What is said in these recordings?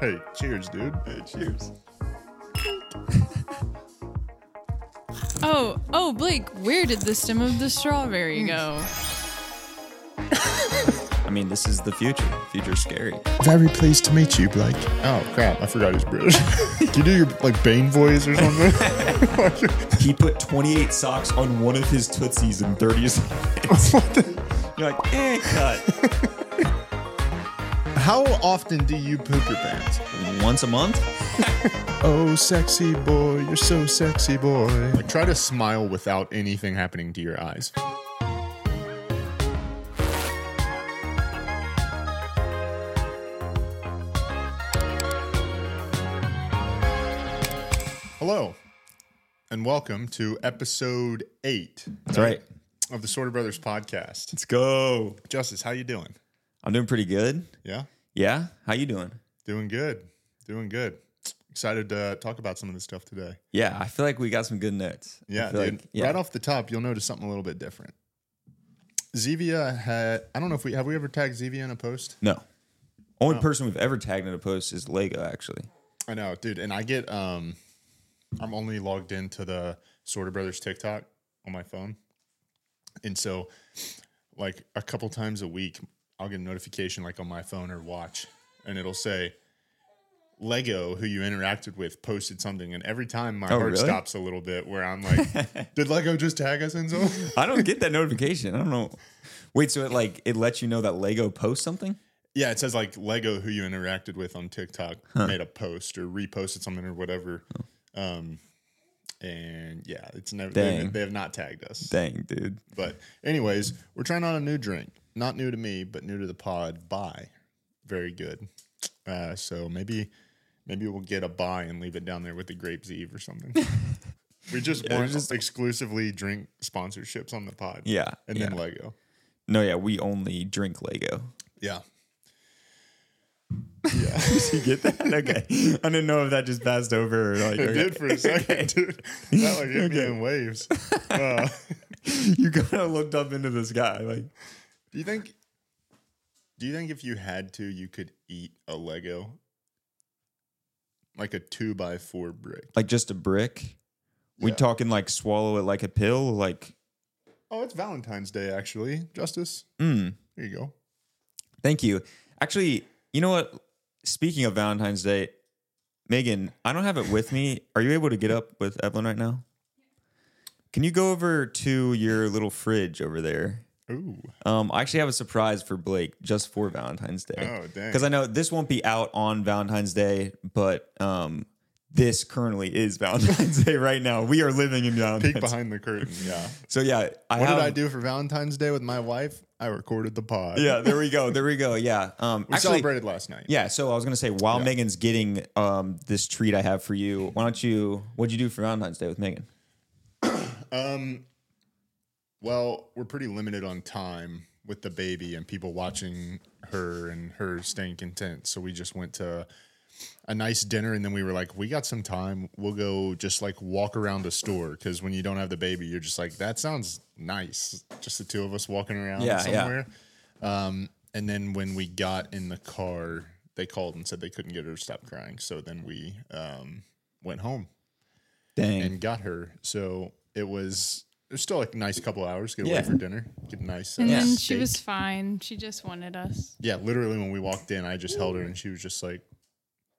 Hey, cheers, dude. Hey, cheers. Oh, oh, Blake, where did the stem of the strawberry go? I mean, this is the future. Future's scary. Very pleased to meet you, Blake. Oh crap, I forgot he's British. Can you do your like Bane voice or something? He put 28 socks on one of his tootsies in 30 seconds. You're like, eh, cut. How often do you poop your pants? Once a month? Oh, sexy boy, you're so sexy boy. Like try to smile without anything happening to your eyes. Hello, and welcome to episode eight That's right. of the Sorter Brothers podcast. Let's go. Justice, how you doing? I'm doing pretty good. Yeah, Yeah? How you doing? doing good, doing good. Excited to talk about some of this stuff today. Yeah, I feel like we got some good notes. I Yeah, feel dude. like- yeah. Right off the top, you'll notice something a little bit different. Zevia had I don't know if we have we ever tagged Zevia in a post. No. Only person we've ever tagged in a post is Lego, actually. I know, dude, and I get um I'm only logged into the Sorter Brothers TikTok on my phone. And so like a couple times a week, I'll get a notification like on my phone or watch and it'll say Lego, who you interacted with, posted something, and every time my Oh, heart really? stops a little bit, where I'm like, "Did Lego just tag us in something?" I don't get that notification. I don't know. Wait, so it like it lets you know that Lego posts something? Yeah, it says like Lego who you interacted with on TikTok made a post or reposted something or whatever. Um, and yeah, it's never they, Dang. they have not tagged us. Dang, dude. But anyways, we're trying out a new drink. Not new to me, but new to the pod. Buy, very good. Uh, so maybe maybe we'll get a buy and leave it down there with the grapes Eve or something. we just want just exclusively drink sponsorships on the pod. Yeah. and yeah. then Lego. No, yeah, we only drink Lego. Yeah. you get that? Okay. I didn't know if that just passed over or like It did for a second, dude. That like hit me in waves. Uh, you kinda looked up into the sky. Like do you think? Do you think if you had to, you could eat a Lego, like a two by four brick? like just a brick? We Yeah. talking like swallow it like a pill? Like Oh, it's Valentine's Day, actually, Justice. mm, There you go. thank you. Actually, you know what? Speaking of Valentine's Day, Megan, I don't have it with me. Are you able to get up with Evelyn right now? Can you go over to your little fridge over there? Ooh, Um, I actually have a surprise for Blake just for Valentine's Day. oh dang! because I know this won't be out on Valentine's Day, but um, this currently is Valentine's Day right now. We are living in peek Valentine's. behind the curtain. Yeah. So yeah, I What have, did I do for Valentine's Day with my wife? I recorded the pod. Yeah, there we go, there we go. Yeah, um, we actually, celebrated last night. yeah. So I was gonna say, while Megan's getting um this treat I have for you, why don't you? What'd you do for Valentine's Day with Megan? Um, well, we're pretty limited on time with the baby and people watching her and her staying content. So we just went to a nice dinner and then we were like, we got some time. We'll go just like walk around a store because when you don't have the baby, you're just like, that sounds nice. Just the two of us walking around Yeah, yeah. somewhere. Um, and then when we got in the car, they called and said they couldn't get her to stop crying. So then we um, went home Dang. and got her. So it was it was still like a nice couple hours. Get away Yeah. for dinner. Get a nice. Uh, And then she steak. was fine. She just wanted us. Yeah, literally when we walked in, I just held her and she was just like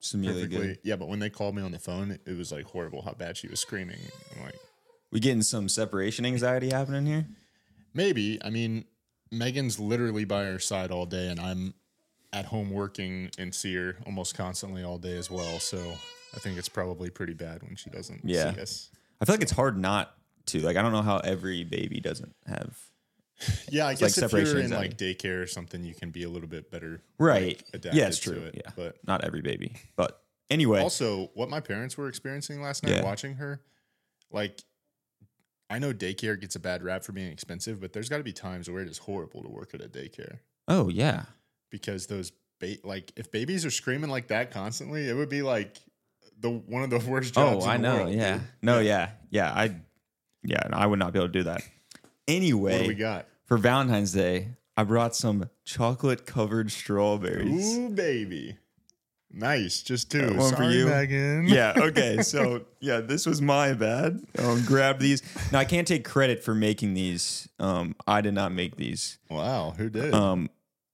Some really perfectly. good. Yeah, but when they called me on the phone, it, it was like horrible how bad she was screaming. I'm like We getting some separation anxiety happening here. maybe. I mean, Megan's literally by her side all day, and I'm at home working and see her almost constantly all day as well. So I think it's probably pretty bad when she doesn't Yeah. see us. I feel like it's hard not to. Like I don't know how every baby doesn't have. Yeah, I like guess if separation you're in anxiety. like daycare or something, you can be a little bit better Right. adapted yeah, it's to true. it. yeah. But not every baby. But anyway. also, what my parents were experiencing last night Yeah. watching her, like, I know daycare gets a bad rap for being expensive, but there's got to be times where it is horrible to work at a daycare oh yeah. because those, ba- like, if babies are screaming like that constantly, it would be like the one of the worst jobs. Oh, I in the know. world, yeah. dude. No, yeah. Yeah. I, yeah, no, I would not be able to do that. What do we Anyway, got? for Valentine's Day, I brought some chocolate covered strawberries. Ooh, baby. Nice, just two. one for Sorry, you. Megan. yeah. Okay. So yeah, this was my bad. Um, grab these. Now I can't take credit for making these. Um, I did not make these. Wow, who did? Um,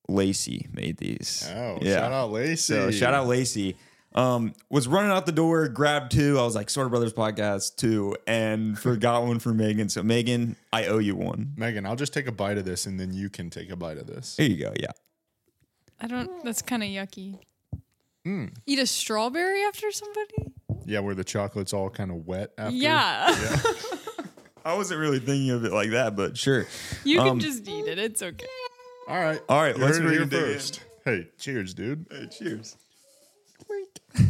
Lacey made these. oh, shout out Lacey. So shout out Lacey. Um, was running out the door, grabbed two. I was like, Sort of Brothers podcast two, and forgot one for Megan. So Megan, I owe you one. Megan. I'll just take a bite of this, and then you can take a bite of this. There you go. Yeah. I don't. That's kind of yucky. Eat a strawberry after somebody? Yeah, where the chocolate's all kind of wet. After. Yeah, I wasn't really thinking of it like that, but sure. you can Um, just eat it. It's okay. All right. All right, You let's heard it bring here it in. first. Hey, cheers, dude. Hey, cheers.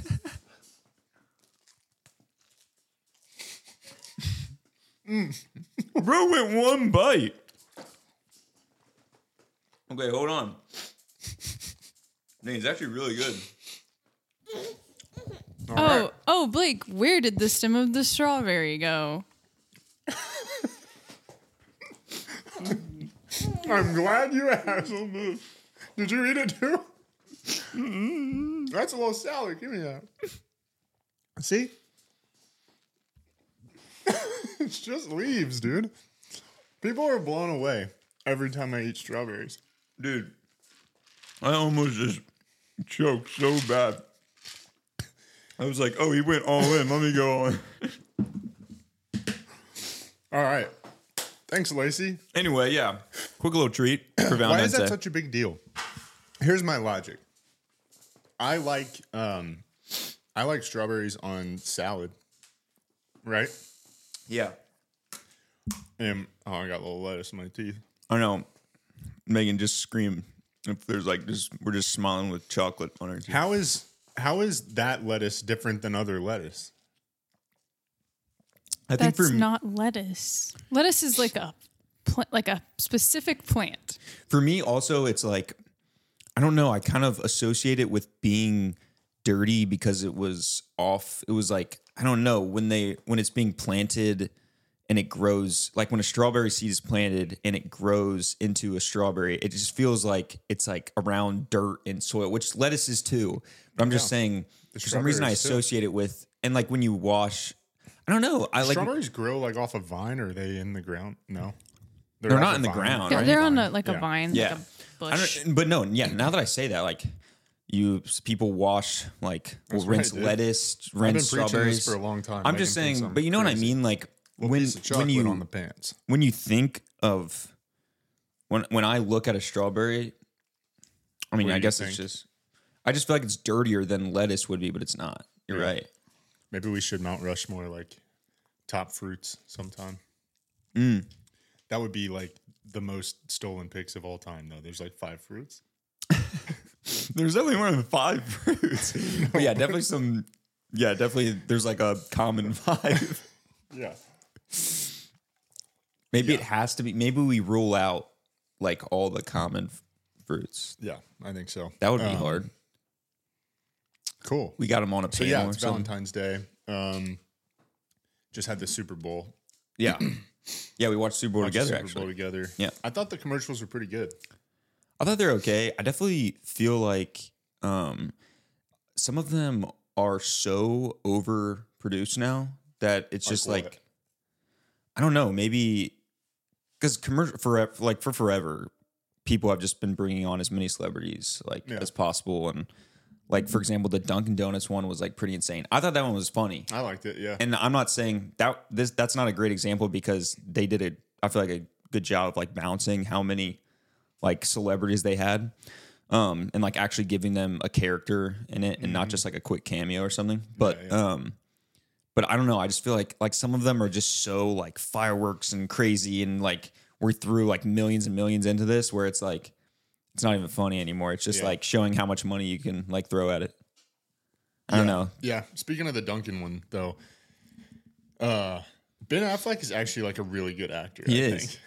Bro went one bite. Okay, hold on. Dang, it's actually really good. Oh, oh, Blake, where did the stem of the strawberry go? I'm glad you asked on this. Did you eat it too? Mm-hmm. That's a little salad. Give me that. See? it's just leaves, dude. People are blown away every time I eat strawberries. Dude, I almost just choked so bad. I was like, oh, he went all in. Let me go on. All right. Thanks, Lacey. Anyway, yeah. Quick little treat for Valentine's Why is that Day. such a big deal? Here's my logic. I like um I like strawberries on salad. Right? yeah. And oh I got a little lettuce in my teeth. I know. Megan just scream if there's like just we're just smiling with chocolate on our teeth. How is how is that lettuce different than other lettuce? I think That's for not lettuce. Lettuce is like a pl- like a specific plant. for me also it's like I don't know, I kind of associate it with being dirty because it was off. It was like I don't know, when they when it's being planted and it grows like when a strawberry seed is planted and it grows into a strawberry, it just feels like it's like around dirt and soil, which lettuce is too. But I'm just saying for some reason I strawberries, too. associate it with and like when you wash I don't know. I like Strawberries grow like off a vine, or are they in the ground? No, they're, They're off not a in the vine. ground, They're, right? they're on a, like Yeah. a vine, Yeah. like I a bush. don't- but no, yeah. Now that I say that, like you people wash like will That's right, rinse dude. lettuce, I've been rinse preaching strawberries this for a long time. I'm just saying, but you know what I mean. Like when when when you on the pants, when you think of when when I look at a strawberry, I mean, What do I you guess think? it's just I just feel like it's dirtier than lettuce would be, but it's not. You're Yeah. right. maybe we should Mount Rushmore like top fruits sometime. Mm. That would be like the most stolen picks of all time, though. There's like five fruits. There's definitely more than five fruits. But yeah, definitely some. Yeah, definitely. There's like a common five. Yeah, Maybe it has to be. Maybe we rule out like all the common f- fruits. yeah, I think so. That would be Um, hard. Cool. We got them on a So panel yeah, or it's something. Valentine's Day. Um, just had the Super Bowl. Yeah, yeah. We watched Super Bowl Watched the together. Super actually, Bowl together. Yeah. I thought the commercials were pretty good. I thought they're okay. I definitely feel like um, some of them are so overproduced now that it's Like just what? like I don't know. Maybe because commercial for like for forever, people have just been bringing on as many celebrities like Yeah. as possible, and like for example, the Dunkin' Donuts one was like pretty insane. I thought that one was funny, I liked it. Yeah. and I'm not saying that this that's not a great example because they did a I feel like a good job of like balancing how many like celebrities they had, um, and like actually giving them a character in it and Mm-hmm. not just like a quick cameo or something. But um, but I don't know. I just feel like like some of them are just so like fireworks and crazy and like we're through like millions and millions into this where it's like it's not even funny anymore. It's just Yeah. like showing how much money you can like throw at it. I don't know. Yeah. Speaking of the Duncan one, though, uh, Ben Affleck is actually like a really good actor. He I is. Think.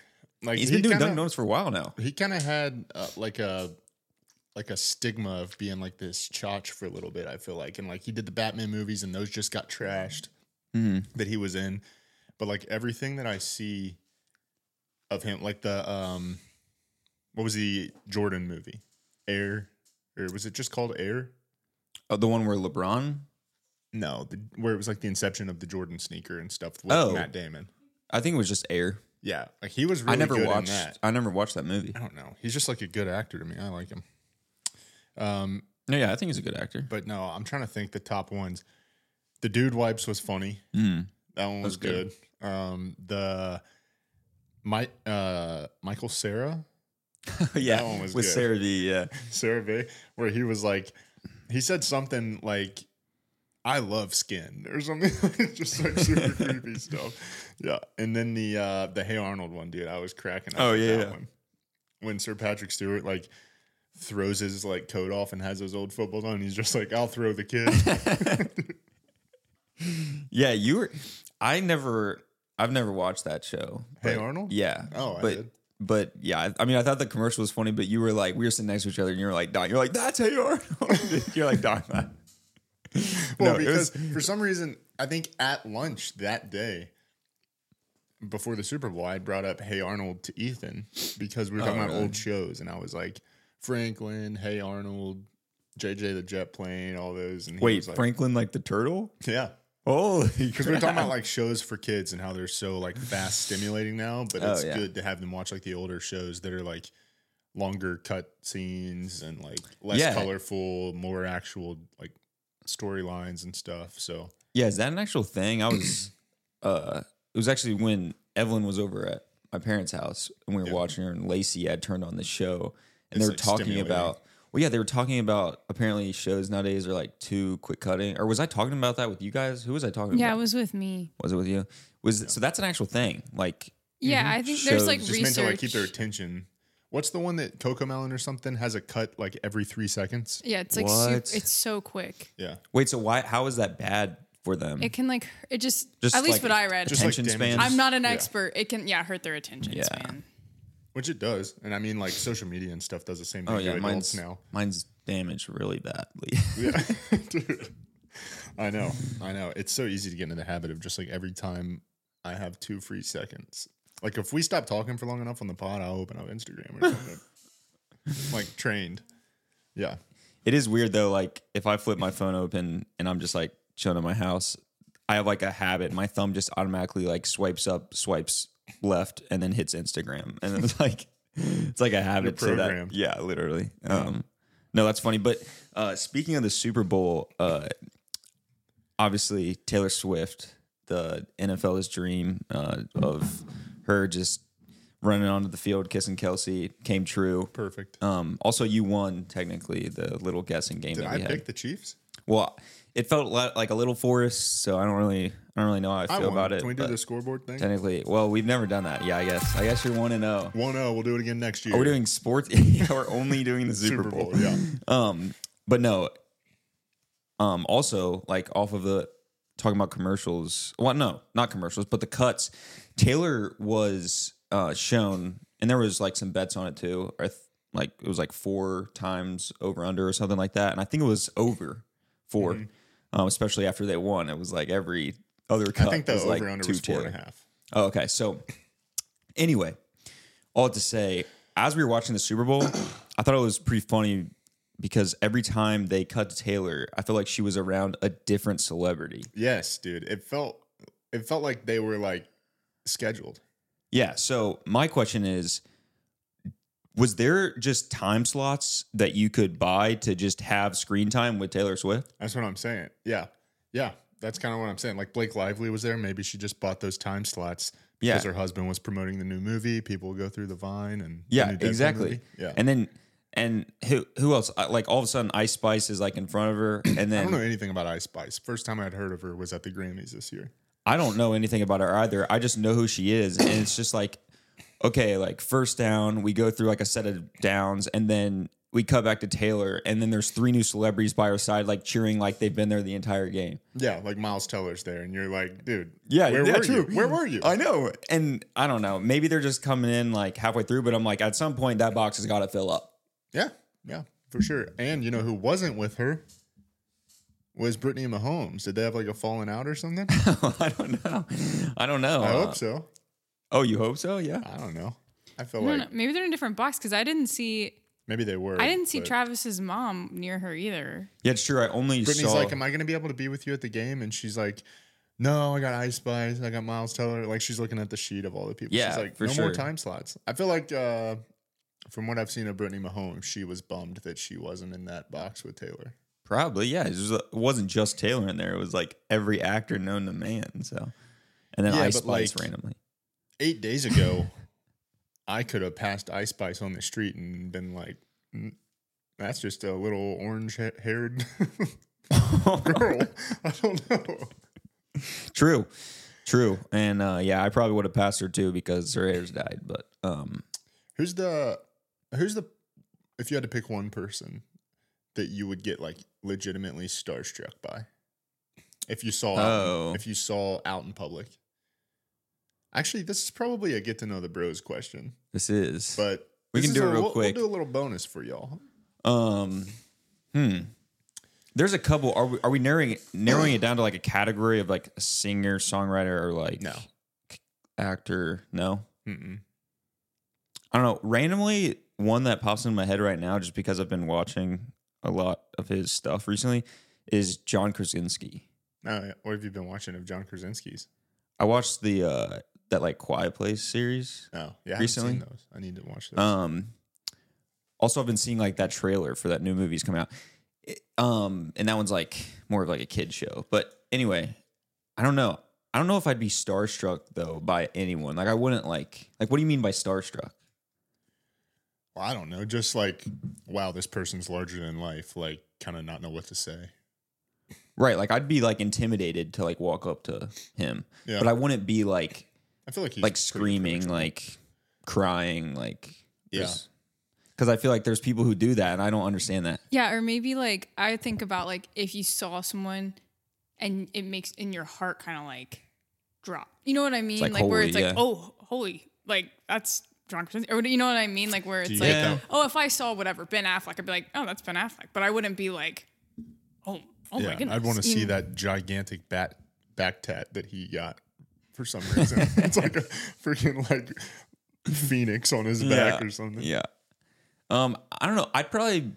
Like He's been doing kinda, Dunkin' Donuts for a while now. He kind of had uh, like a like a stigma of being like this chotch for a little bit. I feel like, and like he did the Batman movies, and those just got trashed that he was in. But like everything that I see of him, like the um, what was the Jordan movie, Air, or was it just called Air? Oh, the one where LeBron? No, the, where it was like the inception of the Jordan sneaker and stuff with Oh. Matt Damon. I think it was just air. Yeah, like he was really I never good in watched. that. I never watched that movie. I don't know. He's just like a good actor to me. I like him. No, yeah, I think he's a good actor. But no, I'm trying to think the top ones. The dude wipes was funny. That one was good. good. Um, the my uh, Michael Sarah yeah, That one was with good. Sarah V. Yeah, Sarah Bay, where he was like, he said something like, "I love skin" or something, just like super creepy stuff. Yeah, and then the uh, the Hey Arnold one, dude, I was cracking up. Oh, at yeah, that yeah. one. when Sir Patrick Stewart like throws his like coat off and has his old footballs on, and he's just like, "I'll throw the kid." yeah. You were. I never. I've never watched that show. hey but- Arnold, Yeah. Oh, I but did. but yeah, I, I mean, I thought the commercial was funny, but you were like, we were sitting next to each other, and you were like, Don, you're like, that's how you are. you're like, Don. that- Well, no, it was- because for some reason, I think at lunch that day before the Super Bowl, I brought up Hey Arnold to Ethan because we were talking Oh, about really? old shows, and I was like, Franklin, Hey Arnold, JJ the Jet Plane, all those. And he wait, was like, Franklin like the turtle? yeah. Oh, Because we were talking about like shows for kids and how they're so like fast stimulating now, but Oh, it's yeah. good to have them watch like the older shows that are like longer cut scenes and like less Yeah. colorful, more actual like storylines and stuff. So Yeah, is that an actual thing? I was uh it was actually when Evelyn was over at my parents' house and we were watching her and Lacey had turned on the show It's, and they were like, talking stimulating. about well yeah, they were talking about apparently shows nowadays are like too quick cutting. Or was I talking about that with you guys? Who was I talking Yeah, it about? was with me. was it with you? Was so that's an actual thing. Like Yeah, I think there's like It's Shows. just research. meant to like keep their attention. What's the one that Coco Melon or something has a cut like every three seconds? yeah, it's like super, What? it's so quick. Yeah, wait, so why how is that bad for them? It can like it just, Just at least like- what I read. just like Attention damages. span? I'm not an Yeah. expert. It can yeah hurt their attention Yeah. span. which it does. And I mean, like social media and stuff does the same thing oh to yeah, adults mine's now. mine's damaged really badly. Yeah, dude. I know, I know. It's so easy to get into the habit of just like every time I have two free seconds. Like if we stop talking for long enough on the pod, I'll open up Instagram or something. like trained. Yeah. It is weird though. Like if I flip my phone open and I'm just like chilling in my house, I have like a habit. My thumb just automatically like swipes up, swipes left, and then hits Instagram, and it's like it's like a habit. So that programmed. yeah, literally. Um, no, that's funny. But uh, speaking of the Super Bowl, uh, obviously Taylor Swift, the NFL's dream uh, of her just running onto the field, kissing Kelsey, came true. Perfect. Um, also, you won technically the little guessing game Did that I we had. pick the Chiefs? well, it felt li- like a little forest, so I don't really, I don't really know how I I feel won. about it. Can we do but the scoreboard thing? Technically, well, we've never done that. Yeah, I guess. I guess you're one and zero. One zero. We'll do it again next year. We're doing sports. yeah, we're only doing the Super, Super Bowl. Bowl. Yeah. Um, but no. Um, also like off of the talking about commercials. Well, no, not commercials, but the cuts. Taylor was uh shown, and there was like some bets on it too. I th- like it was like four times over under or something like that, and I think it was over 4 Um, especially after they won, it was like every other cut Mm-hmm. I think the was over like under to was four Taylor. and a half. Oh, okay. So, anyway, all to say, as we were watching the Super Bowl, I thought it was pretty funny because every time they cut to Taylor, I felt like she was around a different celebrity. Yes, dude. It felt it felt like they were like scheduled. Yeah. So, my question is was there just time slots that you could buy to just have screen time with Taylor Swift? That's what I'm saying. Yeah. Yeah. That's kind of what I'm saying. Like Blake Lively was there. Maybe she just bought those time slots because Yeah. her husband was promoting the new movie. People go through the Vine and the Yeah, new Deadpool exactly. movie. Yeah. And then and who who else? I- Like all of a sudden, Ice Spice is like in front of her, and I then don't know anything about Ice Spice. First time I'd heard of her was at the Grammys this year. I don't know anything about her either. I just know who she is, and it's just like, okay, like first down, we go through like a set of downs, and then we cut back to Taylor, and then there's three new celebrities by her side, like cheering like they've been there the entire game. Yeah, like Miles Teller's there, and you're like, dude, Yeah, where yeah, were true. you? Where were you? I know, and I don't know. Maybe they're just coming in like halfway through, but I'm like, at some point that box has got to fill up. Yeah, yeah, for sure. And you know who wasn't with her was Brittany Mahomes. Did they have like a falling out or something? I don't know. I don't know. I Uh, hope so. Oh, you hope so? Yeah. I don't know. I feel I don't like know. Maybe they're in a different box because I didn't see Maybe they were. I didn't see but- Travis's mom near her either. Yeah, it's true. I only Brittany's saw. like, "Am I going to be able to be with you at the game?" And she's like, "No, I got Ice Spice. I got Miles Teller." Like she's looking at the sheet of all the people. Yeah, she's like, for "No sure. more time slots." I feel like, uh, from what I've seen of Brittany Mahomes, she was bummed that she wasn't in that box with Taylor. Probably, yeah. It, was, uh, it wasn't just Taylor in there. It was like every actor known to man. So, and then Yeah, Ice but, Spice like- randomly. Eight days ago, I could have passed Ice Spice on the street and been like, "Mm, "That's just a little orange-haired girl." I don't know. True, true, and uh, yeah, I probably would have passed her too because her hair's dyed. But um, Who's the who's the if you had to pick one person that you would get like legitimately starstruck by if you saw out- Oh. if you saw out in public? Actually, this is probably a get to know the bros question, this is but We this can is do it a- real we'll- quick. We'll do a little bonus for y'all. um, hmm. There's a couple. Are we are we narrowing it, narrowing it down to like a category of like a singer, songwriter, or like No. actor? No, Mm-mm. I don't know. Randomly, one that pops in my head right now, just because I've been watching a lot of his stuff recently, is John Krasinski. Uh, what have you been watching of John Krasinski's? I watched the uh that like Quiet Place series. Oh, yeah, I haven't Recently? seen those. I need to watch those. Um, also, I've been seeing like that trailer for that new movie's coming out. It- um, and that one's like more of like a kid show. But anyway, I don't know. I don't know if I'd be starstruck though by anyone. Like I wouldn't like like what do you mean by starstruck? well, I don't know, just like wow, this person's larger than life. Like, kind of not know what to say. Right, like I'd be like intimidated to like walk up to him. Yeah. But I wouldn't be like I feel like he's like pretty screaming, charismatic. like crying, like Yeah. Because I feel like there's people who do that, and I don't understand that. Yeah, or maybe like I think about like if you saw someone and it makes in your heart kind of like drop. You know what I mean? like, where holy, it's like, yeah. oh, holy, like that's drunk. Or you know what I mean? Like where Do it's you like, get that? oh, if I saw whatever Ben Affleck, I'd be like, oh, that's Ben Affleck. But I wouldn't be like, oh, oh my goodness. I'd want to you see know? that gigantic bat back tat that he got for some reason. it's like a freaking like phoenix on his back or something. Yeah. Um, I don't know. I'd probably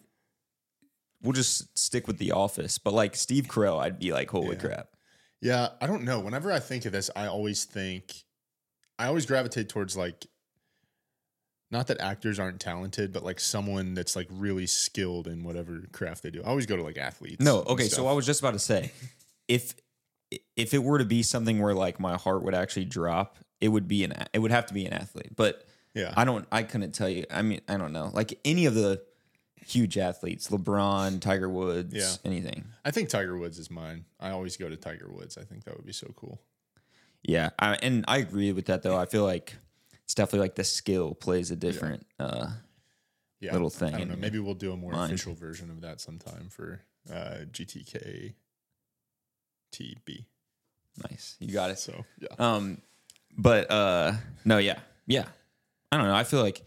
we'll just stick with The Office, but like Steve Carell, I'd be like, Yeah. holy crap. Yeah, I don't know. Whenever I think of this, I always think I always gravitate towards like not that actors aren't talented, but like someone that's like really skilled in whatever craft they do. I always go to like athletes. No, and okay. So stuff. I was just about to say, if if it were to be something where like my heart would actually drop, it would be an a- it would have to be an athlete. But yeah, I don't. I couldn't tell you. I mean, I don't know. Like any of the huge athletes, LeBron, Tiger Woods, Yeah. anything. I think Tiger Woods is mine. I always go to Tiger Woods. I think that would be so cool. Yeah, I, and I agree with that though. I feel like it's definitely like the skill plays a different. Uh, yeah, little thing I don't know. in Maybe we'll do a more mind. official version of that sometime for uh, GTK TB. nice, you got it. So yeah, Um, but uh, no, yeah, yeah. I don't know. I feel like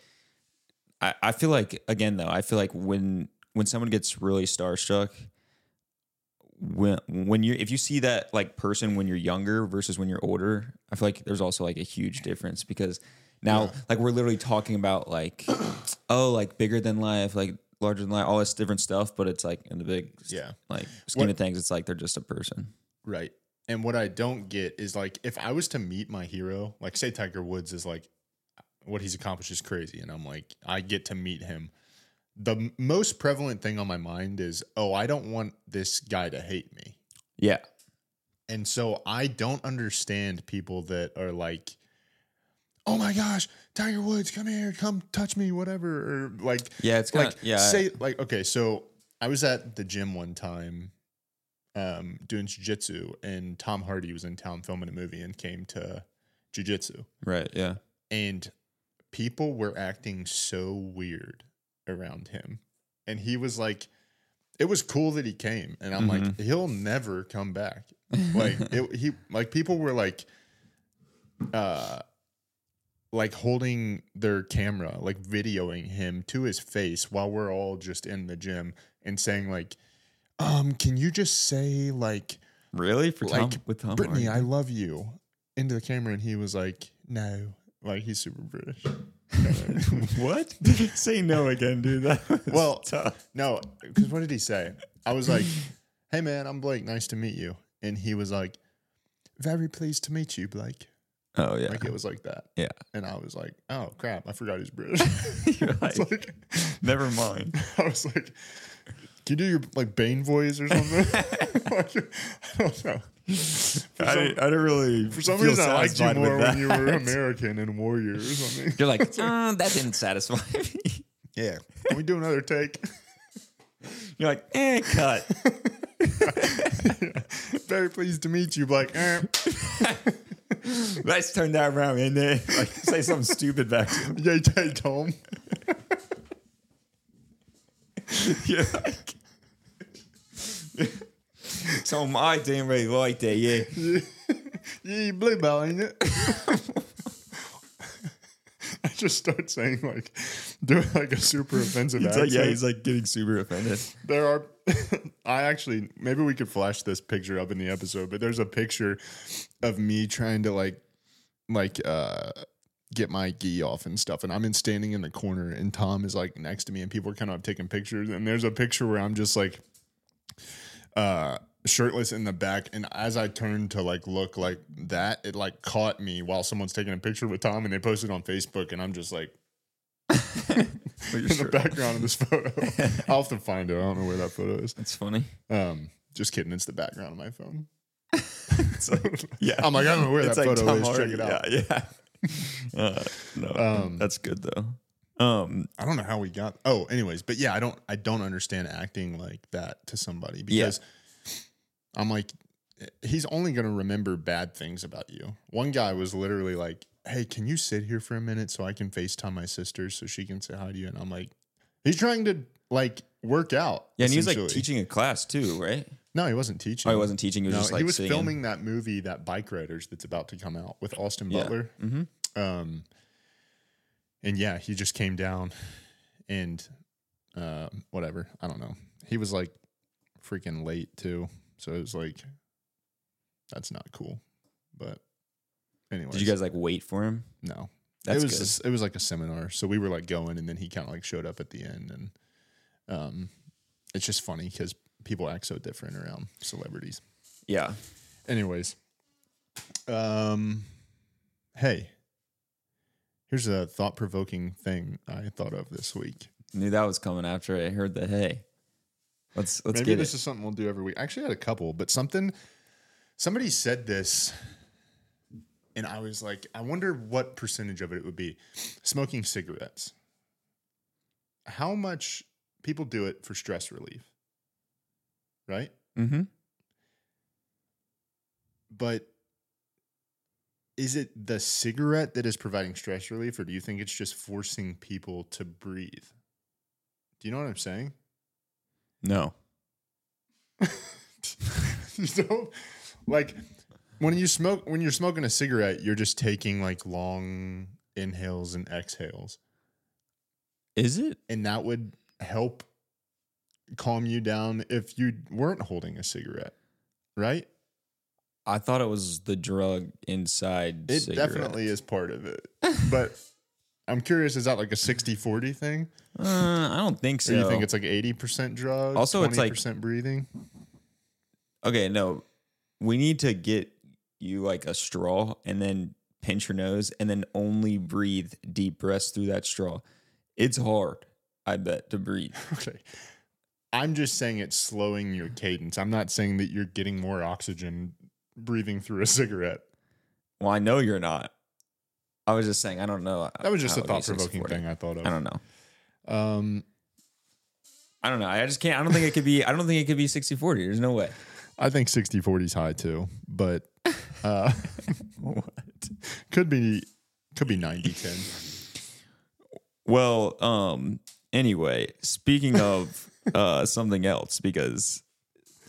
I, I feel like again though. I feel like when when someone gets really starstruck, when when you if you see that like person when you're younger versus when you're older, I feel like there's also like a huge difference because now like we're literally talking about like oh like bigger than life like larger than life all this different stuff but it's like in the big Yeah. like scheme What- of things it's like they're just a person right. And what I don't get is like if I was to meet my hero, like say Tiger Woods is like what he's accomplished is crazy, and I'm like I get to meet him. The m- most prevalent thing on my mind is oh I don't want this guy to hate me. yeah And so I don't understand people that are like, oh my gosh, Tiger Woods, come here, come touch me, whatever. Or like, yeah it's kind like, of yeah say, like, okay, so I was at the gym one time um, doing jujitsu, and Tom Hardy was in town filming a movie and came to jujitsu. right yeah And people were acting so weird around him. And he was like, it was cool that he came. And I'm like, he'll never come back like it, he like people were like uh like holding their camera like videoing him to his face while we're all just in the gym and saying like um can you just say like Really? For like Tom with Tom brittany i Hardy? love you into the camera and he was like no Like he's super British. what? Say no again, dude. That was Well, tough. No, because what did he say? I was like, "Hey, man, I'm Blake. Nice to meet you." And he was like, "Very pleased to meet you, Blake." Oh yeah, Like it was like that, yeah. and I was like, "Oh crap, I forgot he's British." You're I was like, like, never mind. I was like, "Can you do your like Bane voice or something?" Like, I don't know. I, didn't, I didn't really. For some feel reason, I liked you satisfied with more when you were that. American and warrior or something. You're like, "Uh, that didn't satisfy me. Yeah. Can we do another take? You're like, eh, cut. Very pleased to meet you, Blake. Eh. Let's turn that around and then like say something stupid back to him. Yay, take home. You're like, so I didn't really like that. Yeah, Yee, bluebell, ain't it? I just start saying, like, doing like a super offensive he's like, accent. yeah, he's like getting super offended. there are, I actually, maybe we could flash this picture up in the episode, but there's a picture of me trying to, like, like, uh, get my gi off and stuff and i'm in standing in the corner and tom is like next to me and people are kind of taking pictures and there's a picture where i'm just like uh shirtless in the back and as i turned to like look like that it like caught me while someone's taking a picture with tom and they posted it on facebook and i'm just like But in you're the sure. background of this photo i'll have to find it i don't know where that photo is That's funny. um just kidding it's the background of my phone It's like, yeah, i'm like i don't know where it's that like photo Tom is Hardy. check it out Yeah, yeah. Uh, no, Um, that's good though. Um, I don't know how we got. Oh, anyways, but yeah, I don't. I don't understand acting like that to somebody Yeah. because I'm like, eh, he's only gonna remember bad things about you. One guy was literally like, "Hey, can you sit here for a minute so I can Facetime my sister so she can say hi to you?" And I'm like, he's trying to like work out. yeah, and he was like essentially. teaching a class too, right? No, he wasn't teaching. Oh, he wasn't teaching. He was No, just like he was sitting in- filming that movie, that Bike Riders, that's about to come out with Austin Yeah. Butler. Mhm. Um, and yeah, he just came down and uh, whatever. I don't know. He was like freaking late too. So it was like, that's not cool. But anyway, Did you guys like wait for him? No, That's it was good. it was like a seminar. So we were like going, and then he kind of like showed up at the end, and um, it's just funny because people act so different around celebrities. yeah. Anyways, um, hey, here's a thought provoking thing I thought of this week. Knew that was coming after I heard the hey. Let's let's Maybe get this is it. something we'll do every week. I actually had a couple, but something somebody said this, and I was like, I wonder what percentage of it it would be smoking cigarettes. How much people do it for stress relief, right? mm-hmm. but is it the cigarette that is providing stress relief or do you think it's just forcing people to breathe do you know what i'm saying No. you know like when you smoke when you're smoking a cigarette you're just taking like long inhales and exhales Is it? and that would help calm you down if you weren't holding a cigarette right I thought it was the drug inside. It cigarette. definitely is part of it. But I'm curious, is that like a 60 40 thing? Uh, I don't think so. So you think it's like 80% drugs, Also, it's like- 20% breathing? okay? No, we need to get you like a straw and then pinch your nose and then only breathe deep breaths through that straw. It's hard, I bet, to breathe. Okay. I'm just saying it's slowing your cadence. I'm not saying that you're getting more oxygen breathing through a cigarette. Well, I know you're not. I was just saying, I don't know. uh, That was just how a it would thought be 60, provoking 40. thing I thought of. I don't know. Um, I don't know. I just can't. I don't think it could be. I don't think it could be 60 40. There's no way. I think 60 40 is high too, but uh, What? could be could be 90 10. Well, um, anyway, speaking of uh, something else, because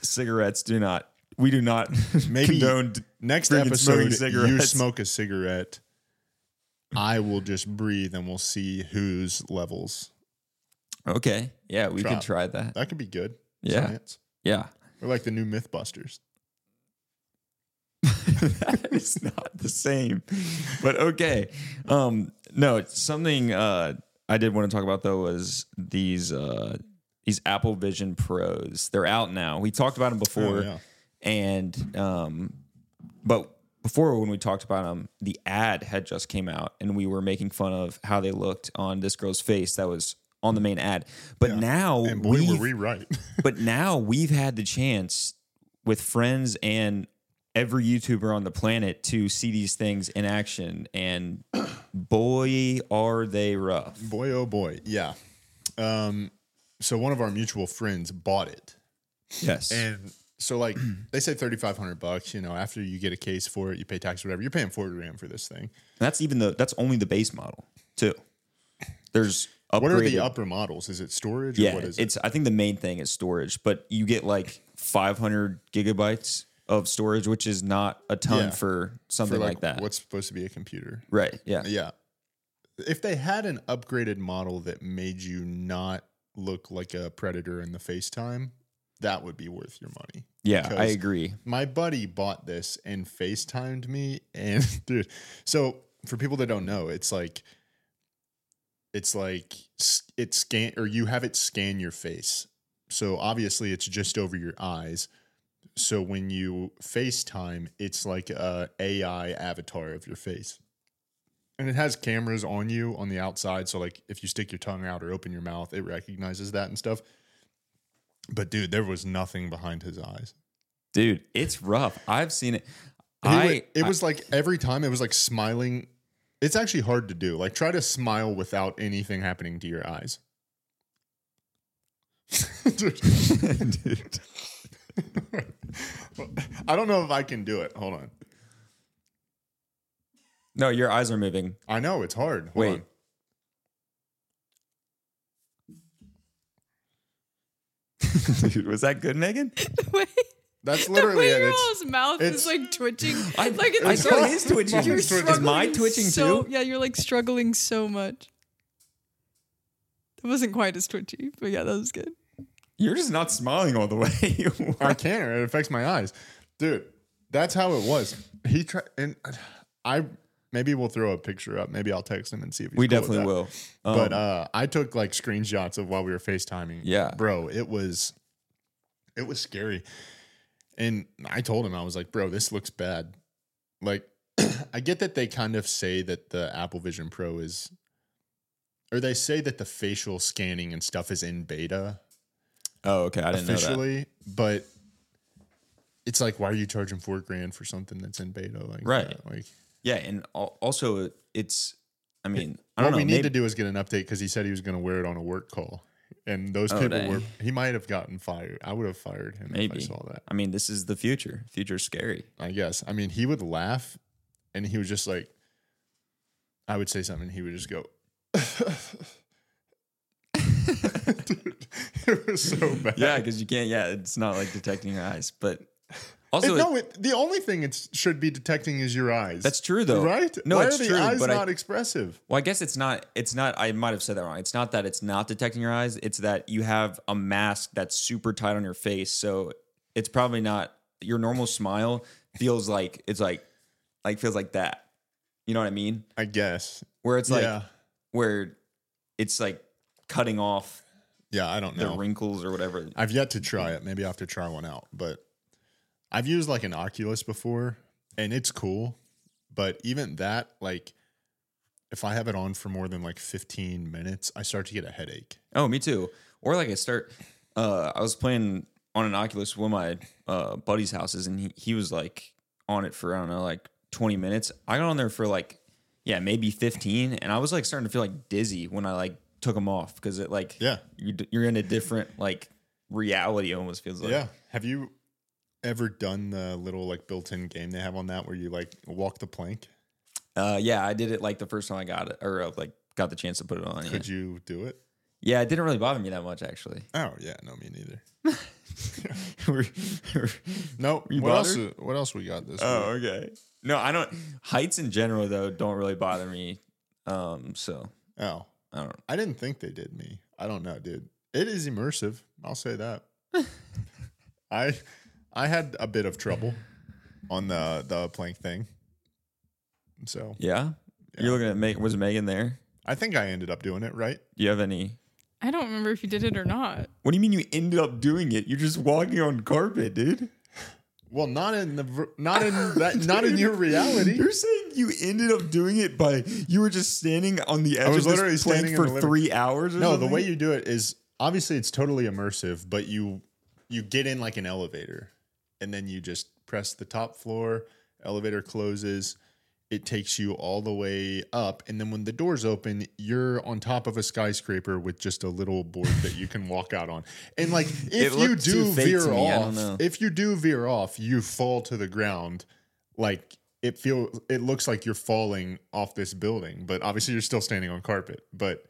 cigarettes do not, we do not Maybe- condone. Next Freaking episode, smoking you cigarettes. smoke a cigarette. I will just breathe, and we'll see whose levels. Okay. Yeah, we Drop. could try that. That could be good. Yeah. Science. Yeah. Or like the new MythBusters. that is not the same. But okay. Um, no, it's something uh, I did want to talk about though was these uh, these Apple Vision Pros. They're out now. We talked about them before, Oh, yeah. and um, but before when we talked about them, the ad had just came out, and we were making fun of how they looked on this girl's face that was on the main ad. But now And boy, were we've- we right. but now we've had the chance with friends and every YouTuber on the planet to see these things in action, and boy, are they rough! boy, oh boy. Yeah. Um, so one of our mutual friends bought it. Yes, And so like they say 3500 bucks, you know, after you get a case for it, you pay tax whatever. You're paying 40 grand for this thing. that's even the that's only the base model too. There's upgraded, What are the upper models? Is it storage or yeah. what is it? it's I think the main thing is storage, but you get like 500 gigabytes of storage, which is not a ton Yeah. for something like, that. What's supposed to be a computer? right? Yeah. Yeah. If they had an upgraded model that made you not look like a predator in the FaceTime, that would be worth your money. Yeah. I Because- agree. My buddy bought this and FaceTimed me and dude. So for people that don't know, it's like it's like s- it scan or you have it scan your face. So obviously it's just over your eyes. So when you FaceTime, it's like a AI avatar of your face. And it has cameras on you on the outside. So like if you stick your tongue out or open your mouth, it recognizes that and stuff. But dude, there was nothing behind his eyes. dude it's rough i've seen it He i wa- it I- was like every time it was like smiling. It's actually hard to do. Like try to smile without anything happening to your eyes. Dude. I don't know if I can do it. Hold on. no your eyes are moving I know it's hard. Hold Wait. on. dude was that good megan Wait, That's the literally way it. your It's, all's mouth it's- is like twitching. I- like it's I it's saw not- his twitching. Mine's You're You're Is twitching. struggling. my struggling twitching so, too? Yeah, you're like struggling so much. That wasn't quite as twitchy, but yeah, that was good. you're just not smiling all the way I can't. It affects my eyes, dude. That's how it was. He tried, and I maybe we'll throw a picture up. Maybe I'll text him and see if he's we cool with that. definitely will um, but uh, I took like screenshots of while we were FaceTiming. Yeah. Bro, it was it was scary. And I told him, I was like, bro, this looks bad. Like, I get that they kind of say that the Apple Vision Pro is or they say that the facial scanning and stuff is in beta oh okay i didn't know officially, but it's like, why are you charging four grand for something that's in beta? Like, Right. that? Like, that yeah and al- also it's i mean i what don't know we need maybe, to do is get an update because he said he was going to wear it on a work call, and those Oh, people dang. were. He might have gotten fired. I would have fired him maybe if I saw that. i mean this is the future future's scary I guess. I mean, he would laugh, and he was just like, I would say something, and he would just go. Dude, it was so bad. yeah because you can't yeah it's not like detecting your eyes but It- also no, it, the only thing it should be detecting is your eyes. that's true though right. no Why it's are the true eyes but I- not expressive? Well, I guess it's not. It's not. I might have said that wrong. It's not that it's not detecting your eyes. It's that you have a mask that's super tight on your face, so it's probably not your normal smile. Feels like it's like, like feels like that. You know what I mean? I guess. Where it's like yeah. where it's like cutting off Yeah, I don't the know. wrinkles or whatever. I've yet to try it. Maybe I have to try one out. But I've used like an Oculus before and it's cool. But even that, like, if I have it on for more than like 15 minutes, I start to get a headache. Oh, me too. Or like I start. Uh, I was playing on an Oculus with my uh, buddy's houses, and he, he was like on it for I don't know, like twenty minutes. I got on there for like yeah, maybe fifteen, and I was like starting to feel like dizzy when I like took them off because it like Yeah. you, d- you're in a different like reality. it Almost feels like yeah. Have you ever done the little like built in game they have on that where you like walk the plank? uh, yeah. I did it like the first time I got it, or uh, like got the chance to put it on. Yeah. Could you do it? yeah, it didn't really bother me that much actually. Oh, yeah. No, me neither. We're- we're- No. You What else, bothered? what else we got this Oh, week? okay. No, I don't. Heights in general, though, don't really bother me. Um, so Oh. I don't. I didn't think they did me. I don't know, dude. It is immersive. I'll say that. I I had a bit of trouble on the the plank thing. So Yeah? You're looking at Megan. Was Megan there? I think I ended up doing it right. Do you have any? I don't remember if you did it or not. What do you mean you ended up doing it? You're just walking on carpet, dude. Well, not in the ver- not in that not in your reality. You're saying you ended up doing it by you were just standing on the edge was of this literally plank standing in for the living- three hours. Or No, the something? way you do it is obviously it's totally immersive, but you you get in like an elevator and then you just press the top floor, elevator closes, it takes you all the way up and then when the doors open, you're on top of a skyscraper with just a little board that you can walk out on. And like if you looked do too fake to veer me, I don't off, know. if you do veer off, you fall to the ground like it feel it looks like you're falling off this building, but obviously you're still standing on carpet, but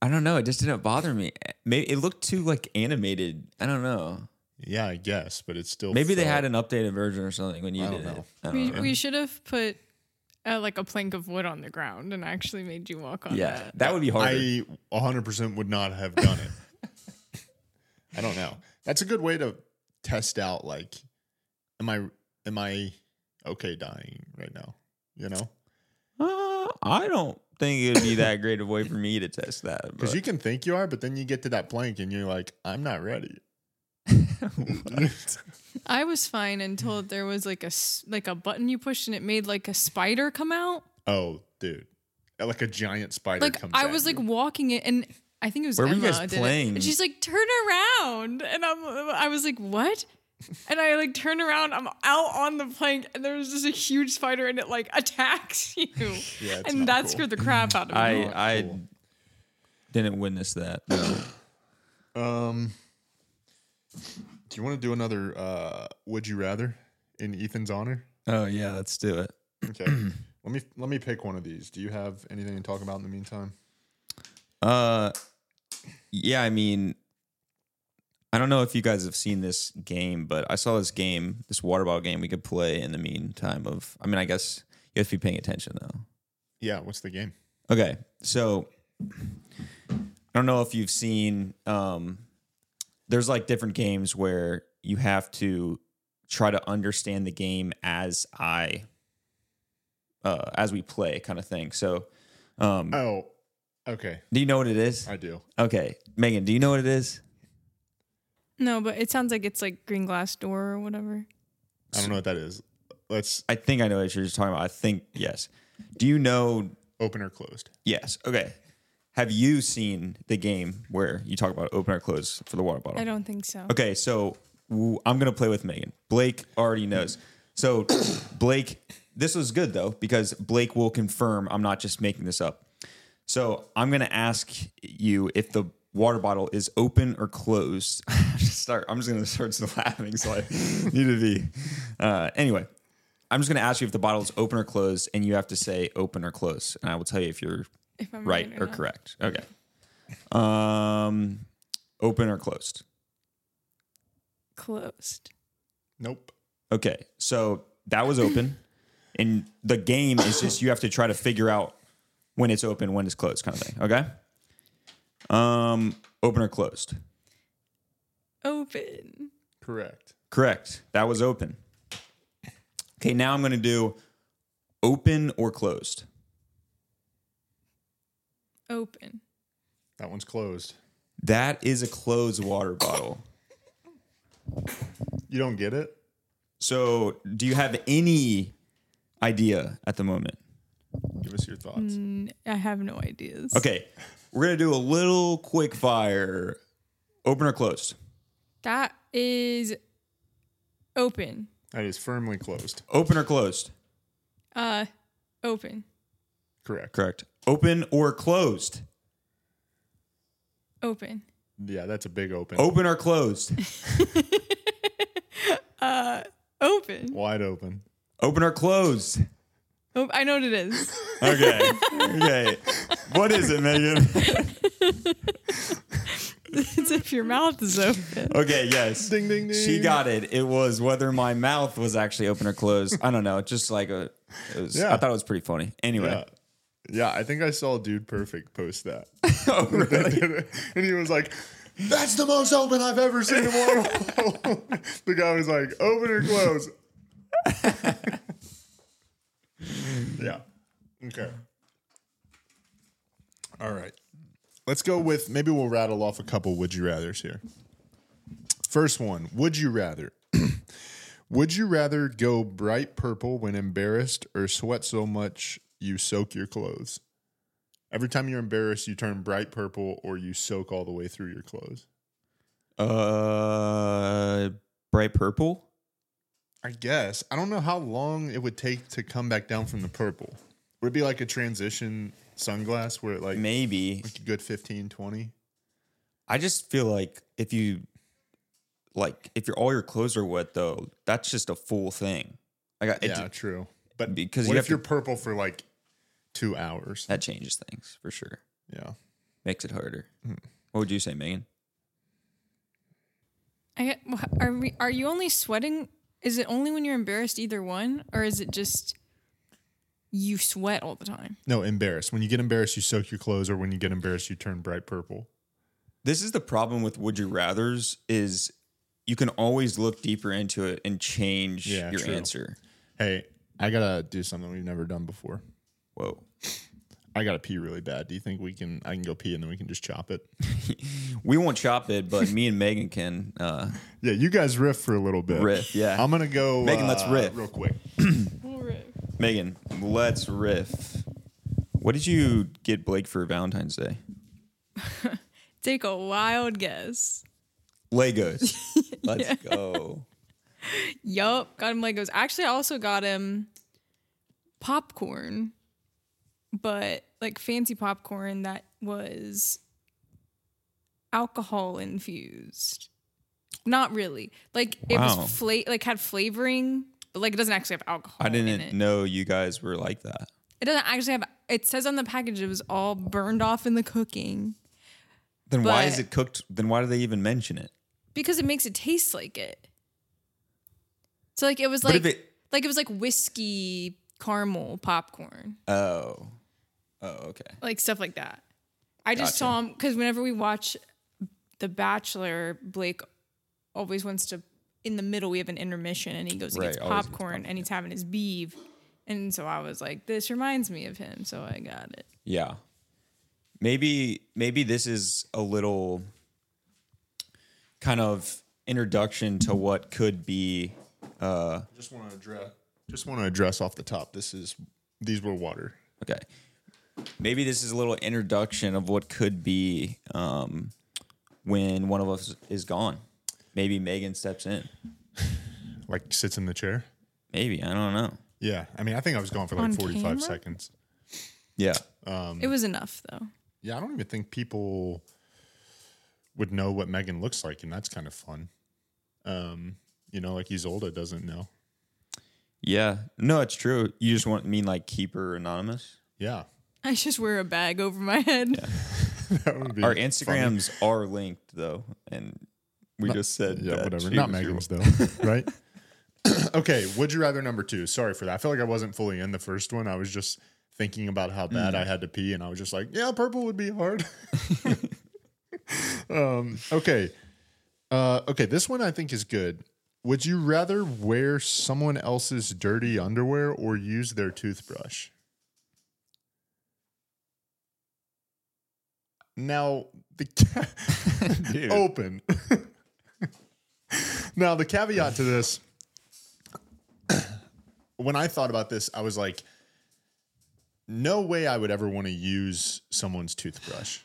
I don't know. It just didn't bother me. Maybe it looked too like animated. I don't know. Yeah, I guess, but it's still. Maybe they felt- had an updated version or something when you I did don't it. know. I don't We, know. we should have put uh, like a plank of wood on the ground and actually made you walk on yeah, that. that would be harder. I 100% would not have done it. I don't know. That's a good way to test out. Like, am I am I okay dying right now? You know, Uh, I don't think it would be that great of way for me to test that. because But you can think you are, but then you get to that plank and you're like, I'm not ready. I was fine until there was like a s- like a button you pushed and it made like a spider come out. Oh, dude, Uh, like a giant spider. Like comes I at was like you. walking it and I think it was Where were Emma you guys did it. playing? And she's like, "Turn around," and I'm I was like, "What?" And I like turn around, I'm out on the plank, and there's just a huge spider, and it like attacks you, Yeah, it's and not that cool. scared the crap out of me. I I didn't witness that. No. Um, do you want to do another? uh Would you rather in Ethan's honor? oh yeah, let's do it. Okay. let me let me pick one of these. Do you have anything to talk about in the meantime? Uh, yeah. I mean, I don't know if you guys have seen this game, but I saw this game, this water bottle game we could play in the meantime of. I mean, I guess you have to be paying attention though. Yeah, what's the game? Okay, so I don't know if you've seen. Um, there's like different games where you have to try to understand the game as I, uh, as we play, kind of thing. So, um, Oh, okay. do you know what it is? I do. Okay, Megan, do you know what it is? no, but it sounds like it's like green glass door or whatever. I don't know what that is. Let's I think I know what you're just talking about. I think yes. Do you know? open or closed. Yes. Okay. Have you seen the game where you talk about open or close for the water bottle? I don't think so. Okay, so w- I'm gonna play with Megan. Blake already knows. So Blake, this was good though because Blake will confirm I'm not just making this up. So I'm gonna ask you if the water bottle is open or closed. Just start. I'm just gonna start laughing. So I need to be. Uh, anyway, I'm just gonna ask you if the bottle is open or closed, and you have to say open or closed, and I will tell you if you're If I'm right or not. correct. Okay. Um, open or closed. Closed. Nope. Okay, so that was open, and the game is just you have to try to figure out when it's open, when it's closed, kind of thing. Okay. Um, open or closed? Open. Correct. Correct. That was open. Okay, now I'm gonna do open or closed. Open. That one's closed. That is a closed water bottle. You don't get it? So, do you have any idea at the moment? Give us your thoughts. N- I have no ideas. Okay, we're gonna do a little quick fire. Open or closed? That is open. That is firmly closed. Open or closed? Uh, open. Correct. Correct. Open or closed? Open. Yeah, that's a big open. Open or closed? Uh, Open. Wide open. Open or closed? Oh, I know what it is. Okay. Okay. What is it, Megan? it's if your mouth is open. Okay, yes. Ding ding ding. She got it. It was whether my mouth was actually open or closed. I don't know. Just like a it was, Yeah. I thought it was pretty funny. Anyway. Yeah. Yeah, I think I saw Dude Perfect post that. Oh, really? and he was like, That's the most open I've ever seen in one. the guy was like, open or closed. Yeah. Okay. All right. Let's go with maybe we'll rattle off a couple would you rather's here. First one, would you rather? would you rather go bright purple when embarrassed or sweat so much you soak your clothes? Every time you're embarrassed, you turn bright purple or you soak all the way through your clothes. Uh, bright purple. I guess. I don't know how long it would take to come back down from the purple. Would it be like a transition sunglass where it like Maybe. like a good 15, 20? I just feel like if you, like, if your all your clothes are wet though, that's just a full thing. Like, I, Yeah, it, true. But Because what you if have you're to- purple for like two hours? that changes things for sure. Yeah. Makes it harder. What would you say, Megan? I get, wh- are we, are you only sweating? Is it only when you're embarrassed either one, or is it just you sweat all the time? No, embarrassed. When you get embarrassed, you soak your clothes, or when you get embarrassed, you turn bright purple. This is the problem with would you rather's is you can always look deeper into it and change Yeah, your true. answer. Hey, I gotta do something we've never done before. Whoa. I gotta pee really bad. Do you think we can? I can go pee and then we can just chop it. We won't chop it, but me and Megan can uh Yeah, you guys riff for a little bit. riff. Yeah. I'm gonna go. Megan, let's uh, riff. real quick. Megan, let's riff. What did you get Blake for Valentine's Day? Take a wild guess. Legos. Let's go. Yup, got him Legos. Actually, I also got him popcorn, but like fancy popcorn that was alcohol infused. Not really. Like it Wow. was fla- like had flavoring, but like it doesn't actually have alcohol. I in it. didn't know you guys were like that. It doesn't actually have. It says on the package it was all burned off in the cooking Then why is But- it cooked? Then why do they even mention it? because it makes it taste like it. So like it was But like if it- like it was like whiskey caramel popcorn, Oh. Oh, okay. like stuff like that. I just Gotcha. saw him because whenever we watch The Bachelor, Blake always wants to. In the middle, we have an intermission, and he goes and Right, gets always gets popcorn, and he's having his beef. And so I was like, "This reminds me of him," so I got it. Yeah. Maybe maybe this is a little kind of introduction to what could be Just want to address. Just want to address off the top. This is. These were water. okay. Maybe this is a little introduction of what could be um, when one of us is gone. Maybe Megan steps in. Like sits in the chair. Maybe I don't know. Yeah, I mean, I think I was gone for On like 45 camera? seconds. Yeah, Um, It was enough though. Yeah, I don't even think people would know what Megan looks like, and that's kind of fun. Um, you know, like Isolda doesn't know. yeah. No, it's true. You just want mean like keep her anonymous. Yeah, I just wear a bag over my head. that would be Our funny. Instagrams are linked though, and we just said Yeah, that whatever. she Not was your- Megan's though, right? okay. Would you rather number two? Sorry for that. I feel like I wasn't fully in the first one. I was just thinking about how bad Mm. I had to pee, and I was just like, yeah, purple would be hard. um, okay. Uh, okay. This one I think is good. Would you rather wear someone else's dirty underwear or use their toothbrush? Now, the Dude. open. now, the caveat to this, when I thought about this, I was like, no way I would ever want to use someone's toothbrush.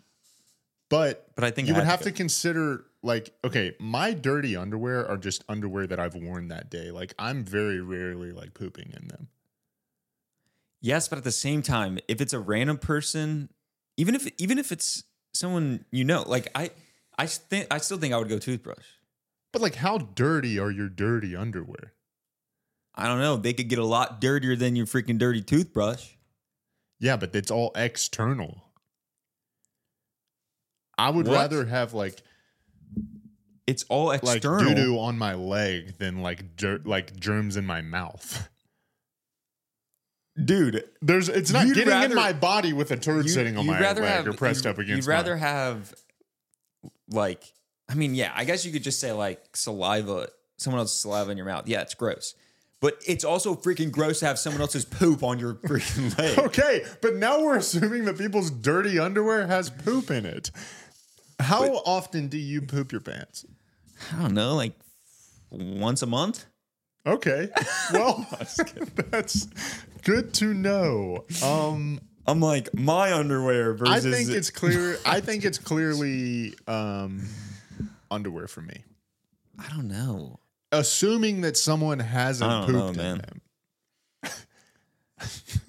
But But I think you I would had have to to consider like okay my dirty underwear are just underwear that i've worn that day like i'm very rarely like pooping in them Yes, but at the same time, if it's a random person, even if even if it's someone you know, like I, I think I still think I would go toothbrush. but like how dirty are your dirty underwear I don't know. They could get a lot dirtier than your freaking dirty toothbrush. yeah but it's all external i would What? rather have like It's all like external. doo doo on my leg than like dirt like germs in my mouth Dude, there's it's not You'd getting rather- in my body with a turd sitting on you'd my leg or pressed you'd- up against You'd rather mine. have like I mean, yeah, I guess you could just say like saliva, someone else's saliva in your mouth. Yeah, it's gross. But it's also freaking gross to have someone else's poop on your freaking leg. Okay, but now we're assuming that people's dirty underwear has poop in it. How often do you poop your pants? I don't know, like once a month. Okay. Well, that's good to know. Um, I'm like my underwear I versus. think it's clear. I think it's clearly um, underwear for me. I don't know. Assuming that someone hasn't I don't pooped know, in man. them.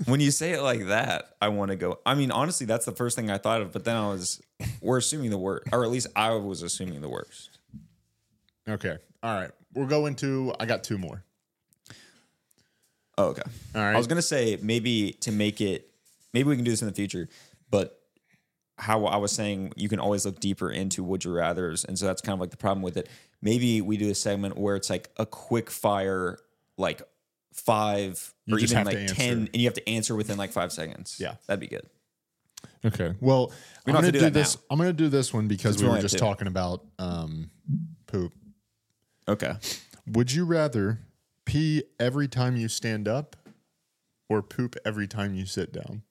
When you say it like that, I want to go. I mean, honestly, that's the first thing I thought of. But then I was, we're assuming the worst, or at least I was assuming the worst. Okay. All right. We'll go into. I got two more. Oh, okay. All right. I was gonna say maybe to make it, maybe we can do this in the future. But how I was saying, you can always look deeper into would you rather's, and so that's kind of like the problem with it. Maybe we do a segment where it's like a quick fire, like five You or just even have to like answer. ten, and you have to answer within like five seconds. Yeah. that'd be good. Okay. Well, We I'm gonna don't have to do, do that this. now. I'm gonna do this one because Since we we were only have just two. talking about um, poop. Okay. Would you rather pee every time you stand up, or poop every time you sit down?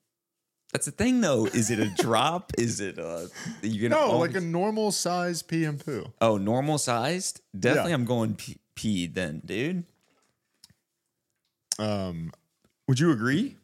That's the thing, though. Is it a drop? Is it uh? You gonna No, always- like a normal size pee and poo. oh normal sized? Definitely, Yeah. I'm going pee, pee then, dude. Um, Would you agree?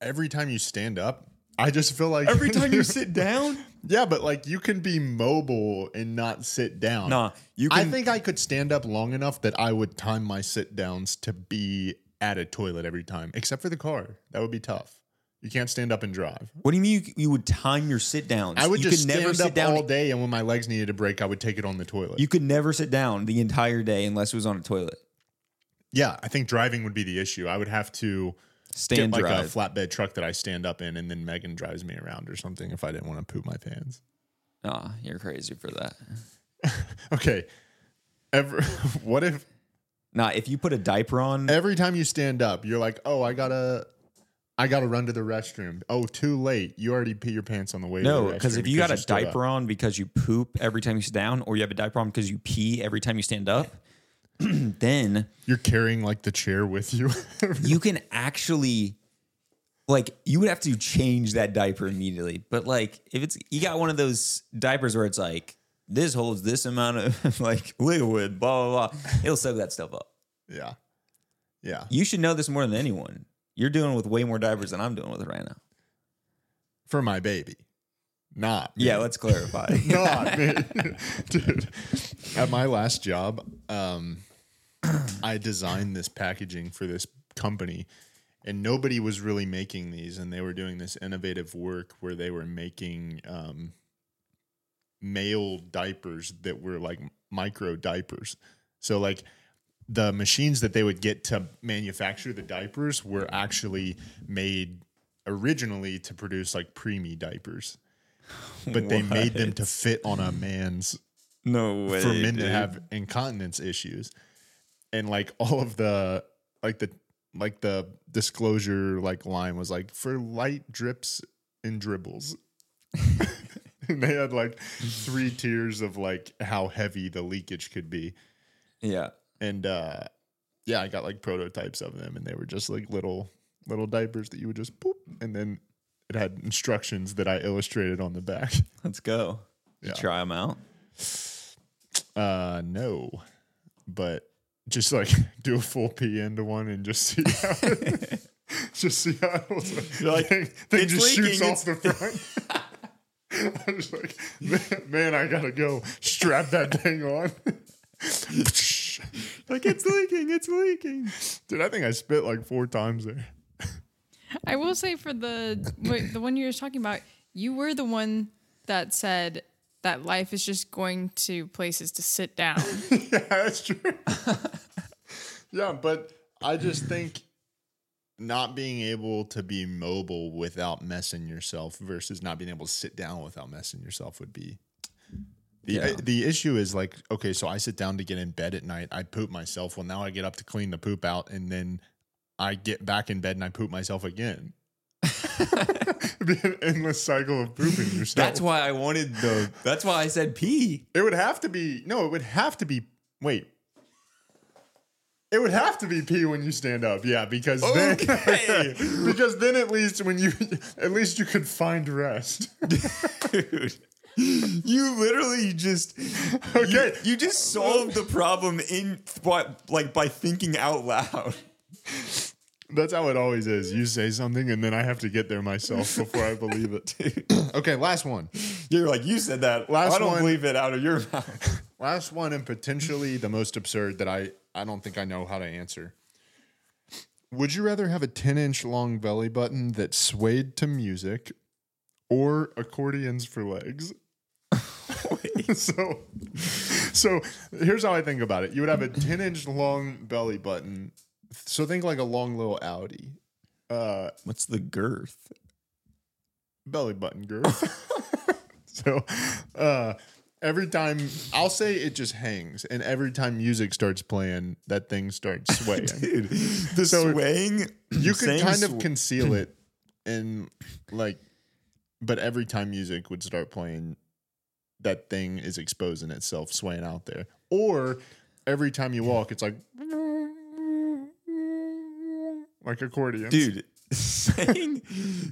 every time you stand up, I just feel like Every time you sit down? Yeah, but like you can be mobile and not sit down. Nah, you I can. think I could stand up long enough that I would time my sit downs to be at a toilet every time, except for the car. That would be tough. You can't stand up and drive. What do you mean you, you would time your sit downs? I would you just could never stand sit up down. all day, and when my legs needed a break, I would take it on the toilet. You could never sit down the entire day unless it was on a toilet. yeah, I think driving would be the issue. I would have to Stand get like drive. a flatbed truck that I stand up in, and then Megan drives me around or something if I didn't want to poop my pants. Aw, you're crazy for that. Okay. Ever, what if Nah, if you put a diaper on, every time you stand up, you're like, oh, I gotta, I gotta run to the restroom. Oh, too late. You already pee your pants on the way. to no, the because restroom if you got a stood up. diaper on because you poop every time you sit down, or you have a diaper on because you pee every time you stand up, then you're carrying like the chair with you. you can actually, like, you would have to change that diaper immediately. But like, if it's you got one of those diapers where it's like this holds this amount of like liquid, blah blah blah, it'll soak that stuff up. yeah, yeah. You should know this more than anyone. You're dealing with way more divers than I'm dealing with right now. For my baby, not me. Yeah, let's clarify. not me, dude. At my last job, um, I designed this packaging for this company. And nobody was really making these, and they were doing this innovative work where they were making um, male diapers that were like micro diapers. So like the machines that they would get to manufacture the diapers were actually made originally to produce like preemie diapers. But they made them to fit on a man's no way. for men dude. that have incontinence issues. And like all of the like the like the disclosure like line was like for light drips and dribbles. and they had like three tiers of like how heavy the leakage could be. Yeah. And uh yeah, I got like prototypes of them and they were just like little little diapers that you would just poop and then it had instructions that I illustrated on the back. Let's go. Yeah. You try them out. Uh, no, but just like do a full pee into one and just see how it, just see how it was. like, thing, thing "It's just shoots leaking, off the front. I was like, man, man, I gotta go strap that thing on. Like it's leaking. It's leaking. Dude, I think I spit like four times there. I will say for the wait, the one you were talking about, you were the one that said that life is just going to places to sit down. yeah, that's true. yeah, but I just think not being able to be mobile without messing yourself versus not being able to sit down without messing yourself would be. The, Yeah. the issue is like okay so i sit down to get in bed at night i poop myself well now i get up to clean the poop out and then i get back in bed and i poop myself again It'd be an endless cycle of pooping yourself That's why I wanted the. That's why I said pee. it would have to be no. It would have to be. Wait. It would have to be pee when you stand up, yeah, because Okay. then because then at least when you at least you could find rest. Dude. You literally just Okay. You, you just solved the problem in by, like by thinking out loud. That's how it always is. You say something and then I have to get there myself before I believe it. okay, last one. You're like you said that. Last I don't one. believe it out of your mouth. Last one and potentially the most absurd that I I don't think I know how to answer. Would you rather have a 10-inch long belly button that swayed to music or accordions for legs? so so here's how I think about it. You would have a 10 inch long belly button. So think like a long little Audi. Uh What's the girth? belly button girth. so uh every time I'll say it just hangs and every time music starts playing, that thing starts swaying. Dude, the So, swaying. you could saying kind of sw- conceal it and like but every time music would start playing that thing is exposing itself swaying out there or every time you walk it's like like accordion dude. saying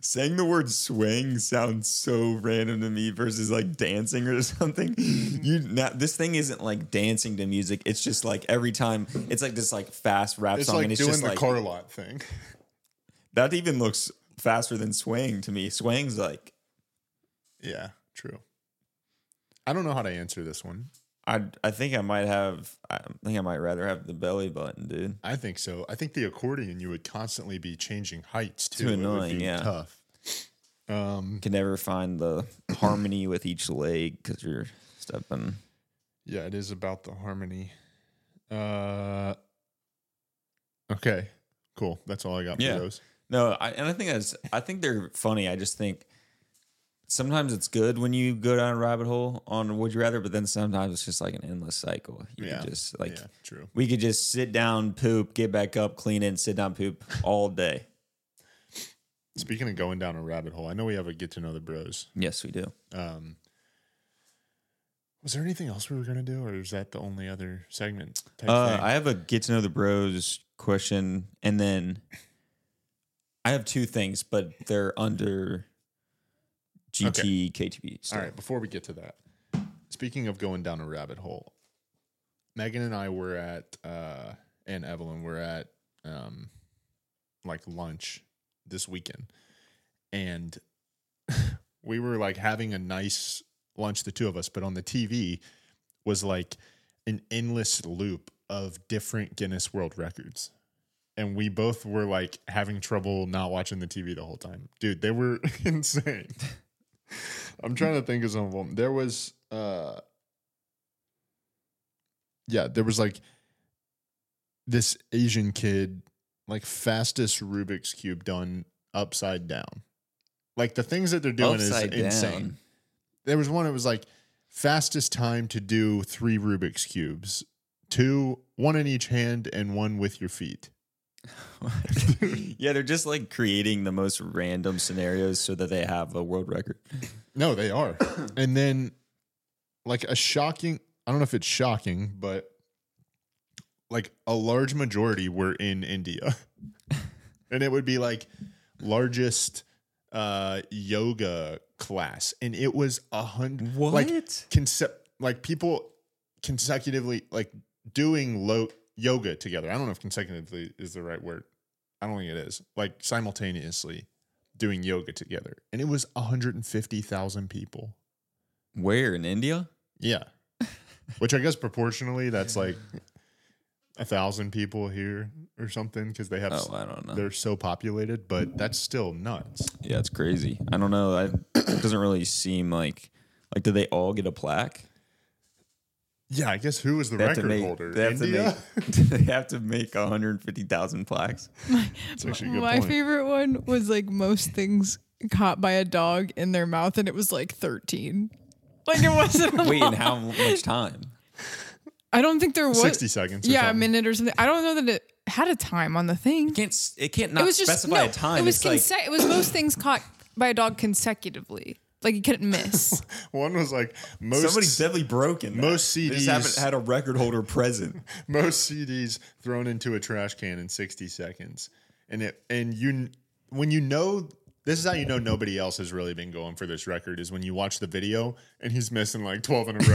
saying the word swaying sounds so random to me versus like dancing or something. You now this thing isn't like dancing to music. It's just like every time it's like this like fast rap it's song like and it's doing just the like car lot thing that even looks faster than swaying to me. Swaying's like yeah true i don't know how to answer this one I I think I might have I think I might rather have the belly button, dude. i think so i think the accordion you would constantly be changing heights too Too It would annoying, be yeah. tough um Can never find the harmony with each leg because you're stepping. Yeah, it is about the harmony. Uh Okay. Cool. That's all I got Yeah. for those. No, I, and I think that's I think they're funny. I just think sometimes it's good when you go down a rabbit hole on Would You Rather, but then sometimes it's just like an endless cycle. You Yeah. could just like yeah, true. we could just sit down, poop, get back up, clean it, sit down, poop all day. Speaking of going down a rabbit hole, I know we have a get to know the bros. yes, we do. Um Was there anything else we were gonna do, or is that the only other segment? type Uh, thing? I have a get to know the bros question, and then I have two things, but they're under GT KTB. So. All right, before we get to that, speaking of going down a rabbit hole, Megan and I were at, uh, and Evelyn were at, um, like lunch this weekend. And we were like having a nice lunch, the two of us, but on the TV was like an endless loop of different Guinness World Records. And we both were like having trouble not watching the TV the whole time. Dude, they were insane. I'm trying to think of some of them. There was, uh, yeah, there was like this Asian kid, like fastest Rubik's cube done upside down. Like the things that they're doing Upside is insane. down. There was one that was like fastest time to do three Rubik's cubes, two, one in each hand, and one with your feet. yeah, they're just like creating the most random scenarios so that they have a world record. No, they are. and then like a shocking I don't know if it's shocking, but like a large majority were in India. and it would be like largest uh yoga class and it was a hundred like concept like people consecutively like doing low yoga together. I don't know if consecutively is the right word. I don't think it is. Like simultaneously doing yoga together. And it was 150,000 people. Where in India? Yeah. Which I guess proportionally that's like a thousand people here or something because they have Oh, I don't know. they're so populated, but that's still nuts. Yeah, it's crazy. I don't know. I, it doesn't really seem like like do they all get a plaque? Yeah, I guess who was the They have to record make. holder? They have India? to make. they have to make 150,000 plaques. That's actually a good My point. favorite one was like most things caught by a dog in their mouth, and it was like 13. Like it wasn't. a Wait, lot. and how much time? I don't think there was 60 seconds or yeah, a something. minute or something. I don't know that it had a time on the thing. It can't. s- It can't not it was just specify no, a time. It was it's like conse- It was most things caught by a dog consecutively. Like you couldn't miss. One was like most Somebody's definitely broken. that. most They just CDs haven't had a record holder present. most CDs thrown into a trash can in 60 seconds. And it and you when you know this is how you know nobody else has really been going for this record is when you watch the video and he's missing like 12 in a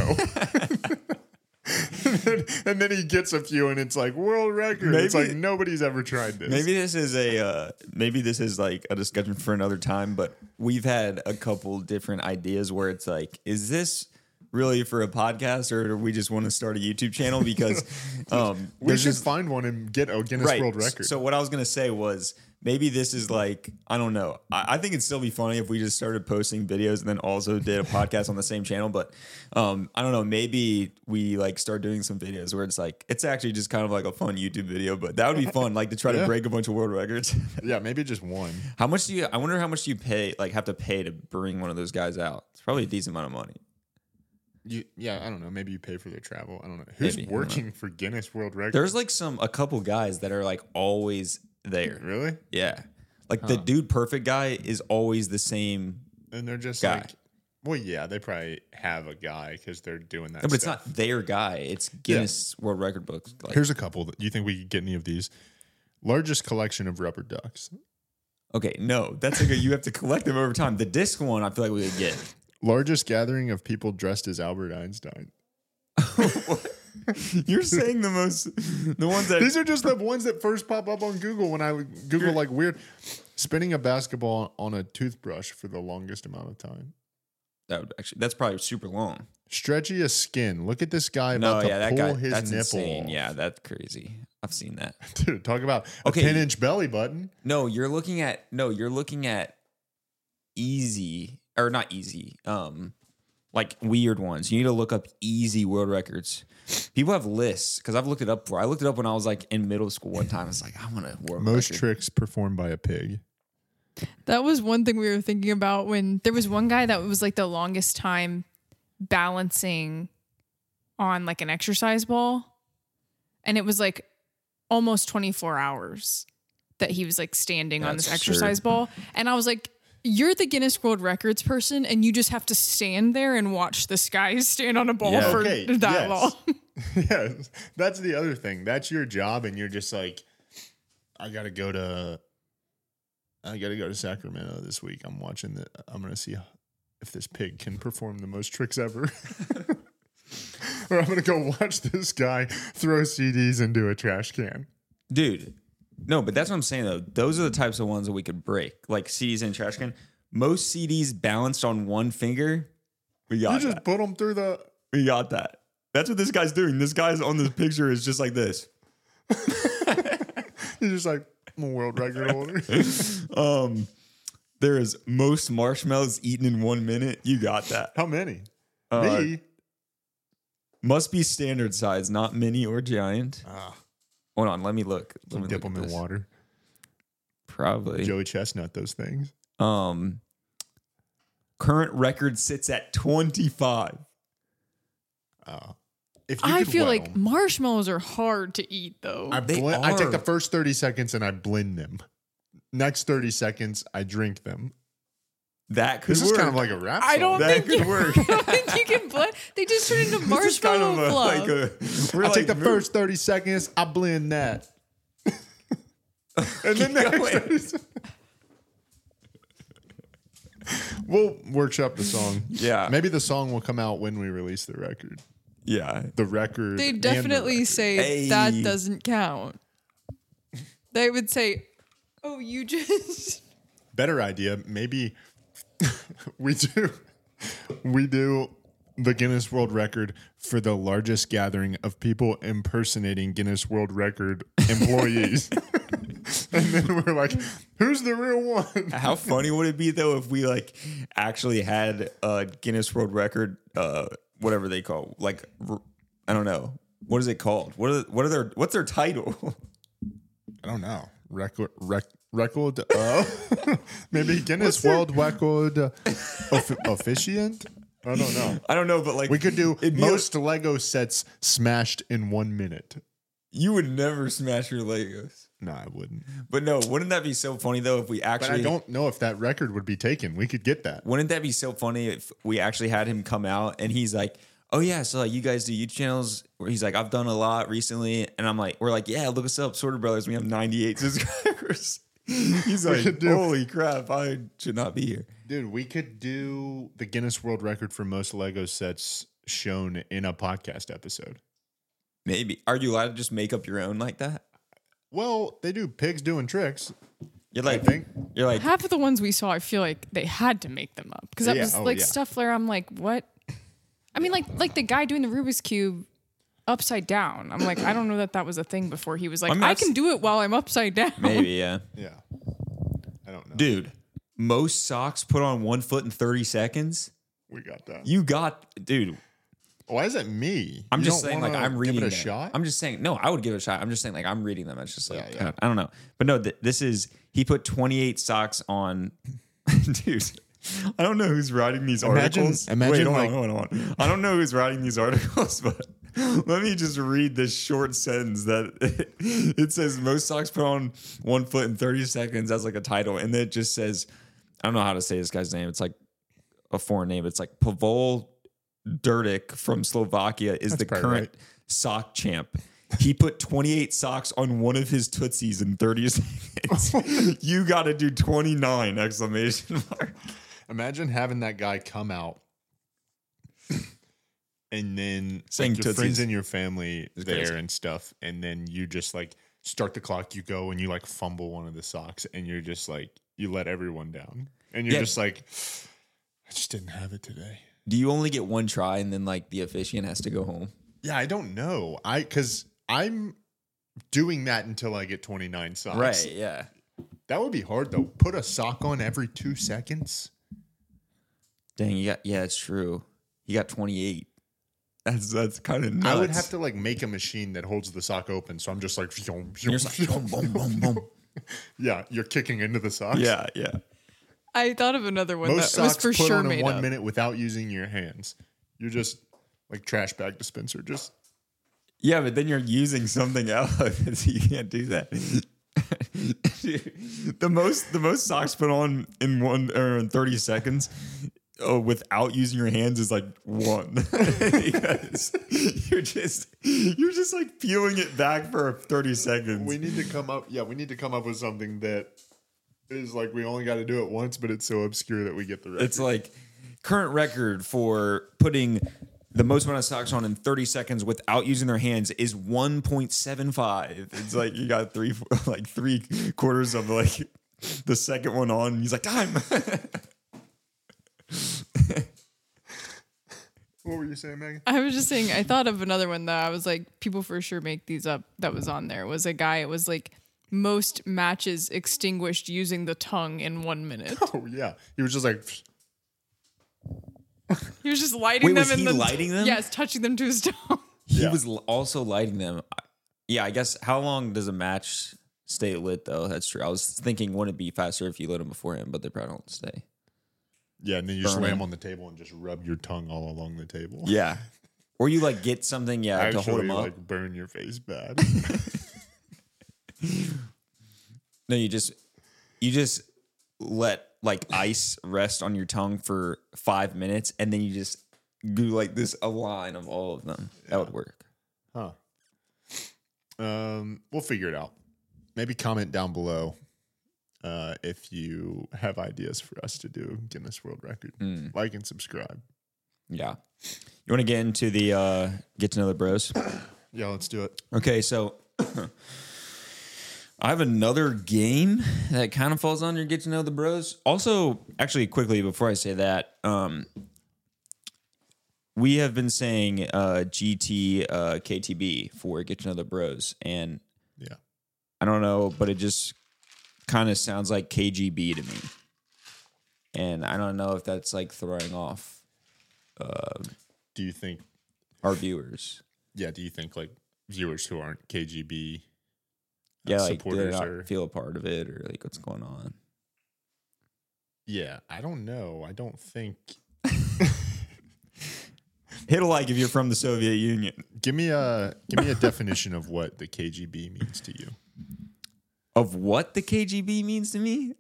row. and, then, and then he gets a few and it's like world record. it's Maybe- like nobody's ever tried this. Maybe this is a uh, maybe this is like a discussion for another time, but we've had a couple different ideas where it's like, is this really for a podcast or do we just want to start a YouTube channel because um we should find one and get a Guinness World Record. So what I was gonna say was maybe this is like I don't know. I, I think it'd still be funny if we just started posting videos and then also did a podcast on the same channel. But um, I don't know. Maybe we like start doing some videos where it's like it's actually just kind of like a fun YouTube video. But that would be fun, like to try to Yeah. break a bunch of world records. yeah, maybe just one. how much do you? I wonder how much do you pay, like have to pay to bring one of those guys out. It's probably a decent amount of money. You, yeah, I don't know. Maybe you pay for their travel. I don't know. Who's Maybe, I don't know. working for Guinness World Record? There's like some a couple guys that are like always there. really, Yeah. Like the dude perfect guy is always the same and they're just Guy. like, well, yeah, they probably have a guy because they're doing that. No, but it's stuff. not their guy. It's Guinness World Record books. Like, Here's a couple. that- Do you think we could get any of these? Largest collection of rubber ducks. okay, no, that's like a, you have to collect them over time. The disc one, I feel like we could get. Largest gathering of people dressed as Albert Einstein. You're saying the most, the ones that These are just the ones that first pop up on Google when I Google like weird. Spinning a basketball on a toothbrush for the longest amount of time. that would actually that's probably super long. Stretchiest skin. Look at this guy No, about to yeah, that pull guy his that's nipple. insane. off. Yeah, that's crazy. I've seen that. Dude, talk about Okay. a 10 inch belly button. No, you're looking at no, you're looking at easy or not easy. Um like weird ones. You need to look up easy world records. People have lists because I've looked it up before. I looked it up when I was like in middle school one time. It's like I want to world Most record. tricks performed by a pig. that was one thing we were thinking about when there was one guy that was like the longest time balancing on like an exercise ball. And it was like almost 24 hours that he was like standing on That's this exercise ball. And I was like, you're the Guinness World Records person, and you just have to stand there and watch this guy stand on a ball Yeah. for Okay, that yes. long. yeah, that's the other thing. That's your job, and you're just like, I gotta go to, I gotta go to Sacramento this week. I'm watching the. I'm gonna see if this pig can perform the most tricks ever. Or I'm gonna go watch this guy throw CDs into a trash can. Dude. No, but that's what I'm saying though. Those are the types of ones that we could break. Like CDs in a trash can. Most CDs balanced on one finger. We got You that. just put him through the. We got that. That's what this guy's doing. This guy's on this picture is just like this. You're just like I'm a world record holder. Um, there is most marshmallows eaten in one minute. You got that. How many? Uh, Me. Must be standard size, not mini or giant. Ah, Hold on, let me look. Let me dip look at them in this. water. Probably. Joey Chestnut, those things. Um, current record sits at twenty five. Oh. If you I could feel wet like 'em. marshmallows are hard to eat, though. I They blend, I take the are. first 30 seconds and I blend them. Next 30 seconds, I drink them. That could This is work. kind of like a rap song. I don't that think could you, work. I don't think you can blend. They just turn into This is kind marshmallow of a- fluff. like a- we're I take like the mo- first 30 seconds, I blend that. and then Keep next going. 30 se- We'll workshop the song. Yeah. Maybe the song will come out when we release the record. Yeah. The record. they and the definitely record. say Hey. that doesn't count. They would say, "Oh, you just." better idea. Maybe we do we do the Guinness World Record for the largest gathering of people impersonating Guinness World Record employees. and then we're like, who's the real one? How funny would it be though if we like actually had a Guinness World Record, uh, whatever they call, like r- I don't know what is it called. What are what are their what's their title? I don't know. Record rec- record uh, maybe Guinness World Record of- officiant? I don't know. I don't know, but like We could do it'd be a- most Lego sets smashed in one minute. You would never smash your Legos. No, I wouldn't. But no, wouldn't that be so funny though if we But actually I don't know if that record would be taken. We could get that. Wouldn't that be so funny if we actually had him come out and he's like, "Oh yeah, so like you guys do YouTube channels?" Where he's like, "I've done a lot recently," and I'm like, "We're like, yeah, look us up, Sorter Brothers. We have 98 subscribers." he's like, could do- "Holy crap, I should not be here." Dude, we could do the Guinness World Record for most Lego sets shown in a podcast episode. Maybe are you allowed to just make up your own like that? Well, they do pigs doing tricks. You're I like, think you're like, Half of the ones we saw, I feel like they had to make them up because that Yeah, was oh, like yeah. stuff where I'm like, what? I mean, like like the guy doing the Rubik's cube upside down. I'm like, I don't know that that was a thing before. He was like, I, mean, I've can s- do it while I'm upside down. maybe yeah, Yeah. I don't know. dude. Most socks put on one foot in 30 seconds. We got that. You got, dude. Why is that me? I'm You just don't saying, like wanna I'm reading Give it a them. shot. I'm just saying, no, I would give it a shot. I'm just saying, like I'm reading them. It's just like Yeah, yeah. I don't know, but no, th- this is he put 28 socks on, dude. I don't know who's writing these Imagine- articles. imagine, hold on, like- hold on, hold on. I don't know who's writing these articles, but let me just read this short sentence that it, says most socks put on one foot in 30 seconds as like a title, and then it just says, I don't know how to say this guy's name. It's like a foreign name. It's like Pavol Durdic from Slovakia is the probably current sock champ. He put 28 socks on one of his tootsies in 30 seconds. you got to do 29 exclamation mark. Imagine having that guy come out and then Saying like, your friends Tootsies. and your family It's there crazy. and stuff, and then you just like start the clock, you go and you like fumble one of the socks, and you're just like you let everyone down, and you're Yeah. just like, I just didn't have it today. Do you only get one try and then like the officiant has to go home? Yeah, I don't know. I because I'm doing that until I get 29 socks. yeah. That would be hard though. Put a sock on every two seconds. Dang, you got yeah, it's true. You got 28. That's that's kind of nuts. I would have to like make a machine that holds the sock open. So I'm just like, "Phew, phew, You're just phew." like, boom, boom, boom, boom. yeah, you're kicking into the socks. Yeah, yeah. I thought of another one most that was socks for put sure on in made one up. minute without using your hands. You're just like trash bag dispenser. Just Yeah, but then you're using something else. you can't do that. Dude, the most the most socks put on in one or in 30 seconds uh, without using your hands is like one. Because you're just you're just like peeling it back for 30 seconds. we need to come up. Yeah, we need to come up with something that is like we only got to do it once, but it's so obscure that we get the record. It's like current record for putting the most amount of socks on in 30 seconds without using their hands is 1.75. It's like you got three like three quarters of like the second one on. and He's like time. what were you saying, Megan? I was just saying, I thought of another one though. I was like, people for sure make these up. That was on there. It was a guy. It was like most matches extinguished using the tongue in one minute. Oh yeah, he was just like "Psh." He was just lighting Wait, them. was and he then, lighting them? Yes, touching them to his tongue. he Yeah. was l- also lighting them. I- Yeah, I guess how long does a match stay lit though? That's true. I was thinking wouldn't it be faster if you lit them beforehand, but they probably don't stay. yeah, and then you just lay Burning. him on the table and just rub your tongue all along the table. Yeah. Or you like get something, yeah, actually to hold them up. like burn your face bad. No, you just you just let like ice rest on your tongue for five minutes, and then you just do like this a line of all of them. That would work. Huh. Um, we'll figure it out. Maybe comment down below uh, if you have ideas for us to do Guinness World Record. Hmm. Like and subscribe. Yeah. You want to get into the uh, get to know the bros? Yeah, let's do it. Okay, so I have another game that kind of falls under get to know the bros. Also, actually, quickly before I say that, um, we have been saying uh, GT uh, KTB for get to know the bros, and Yeah. I don't know, but it just kind of sounds like KGB to me, and I don't know if that's like throwing off uh, Do you think? our viewers. Yeah. Do you think like viewers who aren't KGB? uh, Yeah, like do they supporters not are- feel a part of it, or like what's going on? Yeah, I don't know. I don't think. Hit a like if you're from the Soviet Union. Give me a give me a definition of what the KGB means to you. Of what the KGB means to me?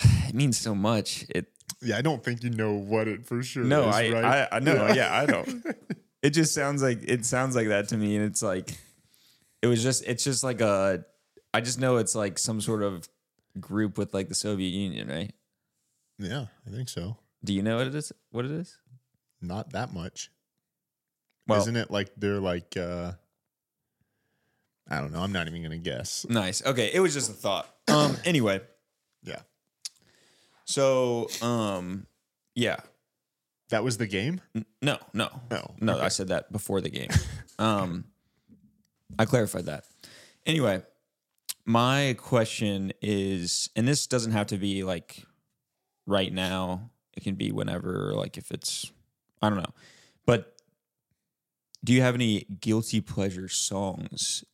It means so much. It Yeah, I don't think you know what it for sure. no, is, I, right? I, I no, yeah. I don't. It just sounds like it sounds like that to me, and it's like it was just it's just like a I just know it's like some sort of group with like the Soviet Union, right? yeah, I think so. Do you know what it is? What it is? Not that much. Well- Isn't it like they're like uh I don't know, I'm not even gonna guess. Nice. Okay, it was just a thought. Um. Anyway, Yeah. so um, yeah. That was the game? No, no, No. no. I said that before the game. Um, I clarified that. Anyway, my question is, and this doesn't have to be like right now. It can be whenever, or like if it's, I don't know. But do you have any guilty pleasure songs?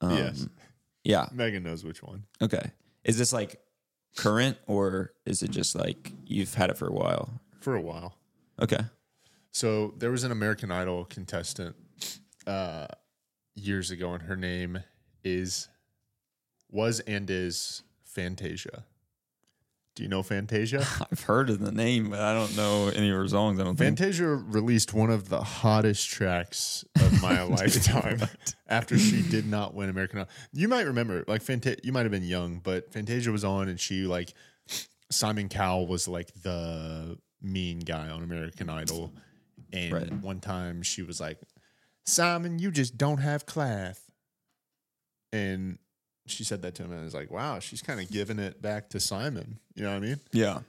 Um, Yes. Yeah. Megan knows which one. Okay. Is this like current, or is it just like you've had it for a while? For a while. Okay. So there was an American Idol contestant uh, years ago, and her name is was and is Fantasia. Do you know Fantasia? I've heard of the name, but I don't know any of her songs. I don't think. Fantasia released one of the hottest tracks of my lifetime after she did not win American Idol. You might remember, like Fantasia, you might have been young, but Fantasia was on, and she like Simon Cowell was like the mean guy on American Idol, and Right. one time she was like, "Simon, you just don't have class," and she said that to him, and I was like, "Wow, she's kind of giving it back to Simon." You know what I mean? Yeah.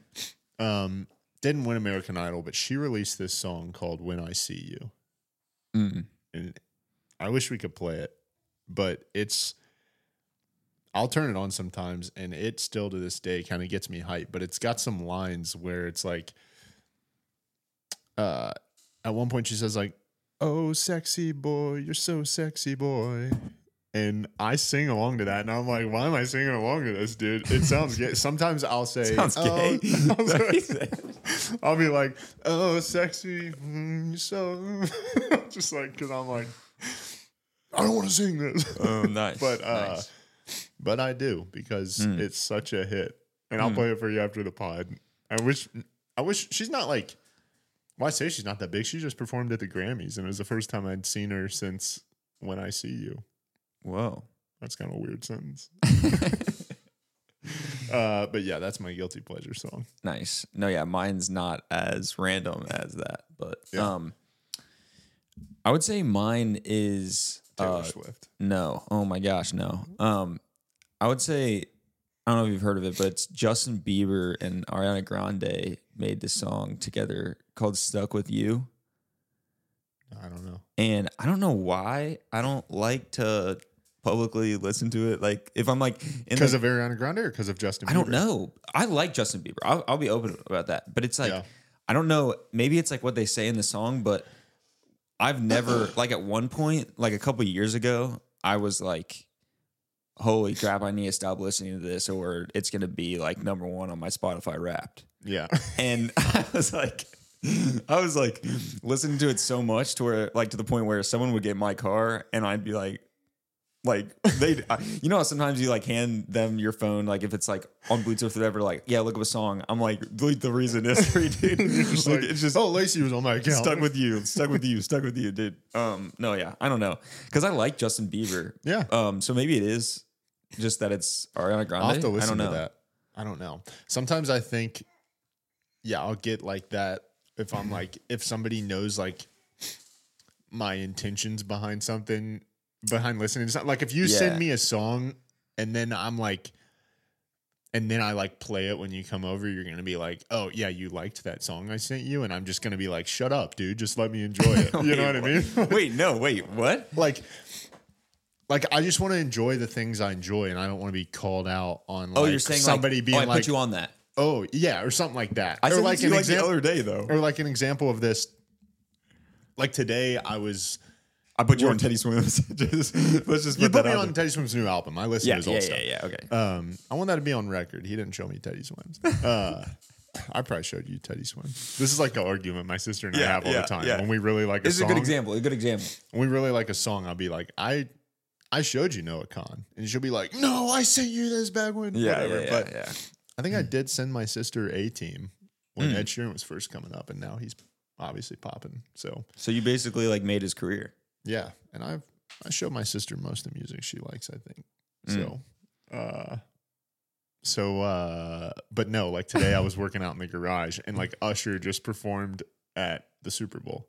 um, didn't win American Idol, but she released this song called "When I See You," Mm. and I wish we could play it, but it's. I'll turn it on sometimes, and it still to this day kind of gets me hyped. But it's got some lines where it's like, uh, at one point she says like, "Oh, sexy boy, you're so sexy, boy." And I sing along to that, and I'm like, "Why am I singing along to this, dude? It sounds gay." Sometimes I'll say, Sounds "Oh," gay. I'll be like, "Oh, sexy, mm, you're so," just like because I'm like, I don't want to sing this, oh, nice. But, uh, nice. but I do because Hmm. it's such a hit, and I'll play it for you after the pod. I wish, I wish she's not like. Well, I say she's not that big. She just performed at the Grammys, and it was the first time I'd seen her since "When I See You." whoa. That's kind of a weird sentence. uh, but yeah, that's my guilty pleasure song. Nice. No, yeah, mine's not as random as that, but Yeah. um, I would say mine is Taylor uh, Swift. no. Oh my gosh, no. Um, I would say I don't know if you've heard of it, but it's Justin Bieber and Ariana Grande made this song together called "Stuck with You." I don't know. and I don't know why I don't like to publicly listen to it. Like if I'm like in Because the, of Ariana Grande or because of Justin? I don't Bieber? know. I like Justin Bieber. I'll, I'll be open about that. But it's like Yeah. I don't know. Maybe it's like what they say in the song, but I've never like at one point, like a couple years ago, I was like. Holy crap! I need to stop listening to this, or it's gonna be like number one on my Spotify Wrapped Yeah. and I was like, I was like listening to it so much to where like to the point where someone would get in my car and I'd be like, like they, you know, how sometimes you like hand them your phone, like if it's like on Bluetooth or whatever, like yeah, look up a song. I'm like, delete the reason history, dude. Just Like, like, it's just oh, Lacey was on my account. stuck with you, stuck with you, stuck with you, dude. Um, no, yeah, I don't know, because I like Justin Bieber. Yeah. Um, so maybe it is just that it's Ariana Grande. I'll have to listen I don't know. to that. I don't know. Sometimes I think, yeah, I'll get like that if I'm like, if somebody knows like my intentions behind something, behind listening. It's not like if you Yeah. send me a song and then I'm like, and then I like play it when you come over, you're going to be like, oh, yeah, you liked that song I sent you. And I'm just going to be like, shut up, dude. Just let me enjoy it. You know what I mean? Wait, no, wait, what? like like I just want to enjoy the things I enjoy, and I don't want to be called out on. Like, Oh, you're saying somebody like, being oh, I like, put you on that. "Oh, yeah," or something like that, I or said like like, an like the example, other day though. or like an example of this. Like today, I was. I put you on Teddy Swims. just, let's just put You that put me out on there. Teddy Swims' new album. I listened to his old stuff. yeah. Okay. Um, I want that to be on record. He didn't show me Teddy Swims. Uh, I probably showed you Teddy Swim. This is like an argument my sister and I Yeah, have all yeah, the time. yeah. When we really like a This is a song, good example. A good example. when we really like a song, I'll be like, I, I showed you Noah Khan, and she'll be like, No, I sent you this back when whatever. but yeah. Mm. I think I did send my sister A Team when Ed Sheeran was first coming up, and now he's obviously popping. So So you basically like made his career. yeah, and I've I show my sister most of the music she likes. I think so. Uh, so uh, but no, like today I was working out in the garage, and like Usher just performed at the Super Bowl.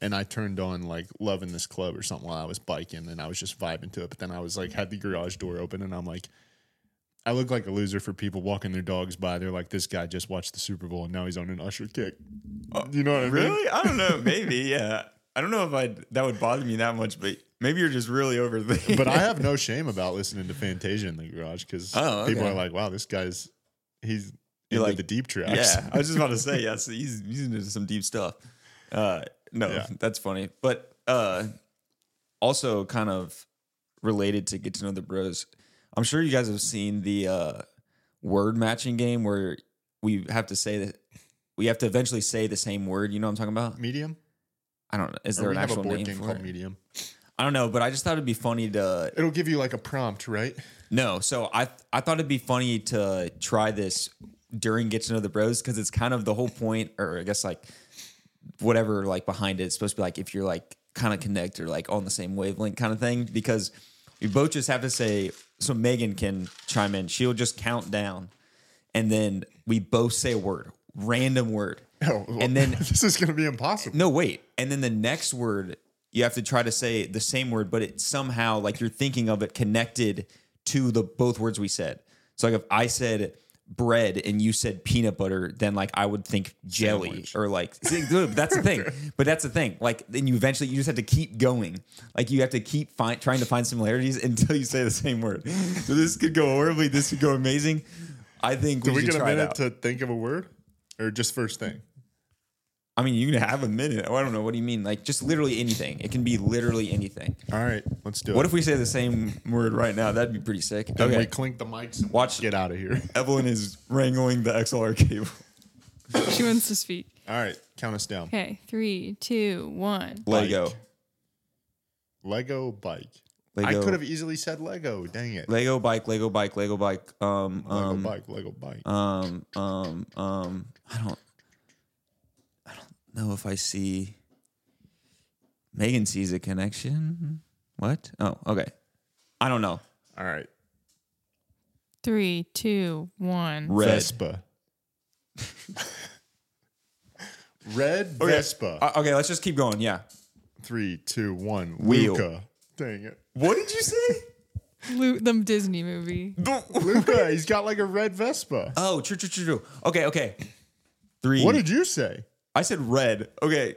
And I turned on like "Loving This Club" or something while I was biking, and I was just vibing to it. But then I was like, had the garage door open, and I'm like, I look like a loser for people walking their dogs by. They're like, "This guy just watched the Super Bowl, and now he's on an Usher kick." you know what I mean? Really? I don't know. Maybe. Yeah. I don't know if I that would bother me that much, but maybe you're just really overthinking. but I have no shame about listening to Fantasia in the garage because Oh, people okay. are like, "Wow, this guy's he's You're into like, the deep tracks." yeah. I was just about to say yes. he's he's into some deep stuff. Uh, no, Yeah. that's funny. But uh, also kind of related to get to know the bros. I'm sure you guys have seen the uh, word matching game where we have to say that we have to eventually say the same word. You know what I'm talking about? Medium. I don't know. Is Or there we an have a actual board name game for called it? Medium. I don't know, but I just thought it'd be funny to It'll give you like a prompt, right? no. So I I thought it'd be funny to try this during Get to Know the Bros because it's kind of the whole point, or I guess like whatever like behind it. It's supposed to be like if you're like kind of connect or like on the same wavelength kind of thing because we both just have to say. So Megan can chime in. She'll just count down, and then we both say a word, random word, Oh, well, and then this is gonna be impossible. no, wait. And then the next word, you have to try to say the same word, but it somehow like you're thinking of it connected to the both words we said. So like if I said bread and you said peanut butter, then like I would think jelly or like see, dude, that's the thing. But that's the thing. Like then you eventually you just have to keep going. Like you have to keep find, trying to find similarities until you say the same word. So this could go horribly. This could go amazing. I think we, Do we should get a try it minute out. to think of a word, or just first thing? I mean, you can have a minute. Oh, I don't know. What do you mean? Like, just literally anything. It can be literally anything. All right, let's do What it. if we say the same word right now? That'd be pretty sick. Then Okay. we clink the mics. And Watch- Get out of here. Evelyn is wrangling the XLR cable. She wants to speak. All right, count us down. Okay, three, two, one. Lego. Lego bike. I e- Lego. could have easily said Lego. Dang it. Lego bike, Lego bike, Lego bike. Um, Lego um, bike. Lego bike. um, um, um. I don't. I don't know if I see. Megan sees a connection. What? Oh, okay. I don't know. All right. Three, two, one. Red. Vespa. Red Okay. Vespa. Uh, okay, let's just keep going. Yeah. Three, two, one. Wheel. Luca. Dang it. What did you say? Lu- the Disney movie. Luca, he's got like a red Vespa. Oh, true, true, true, true. Okay, okay. Three. What did you say? I said red. Okay.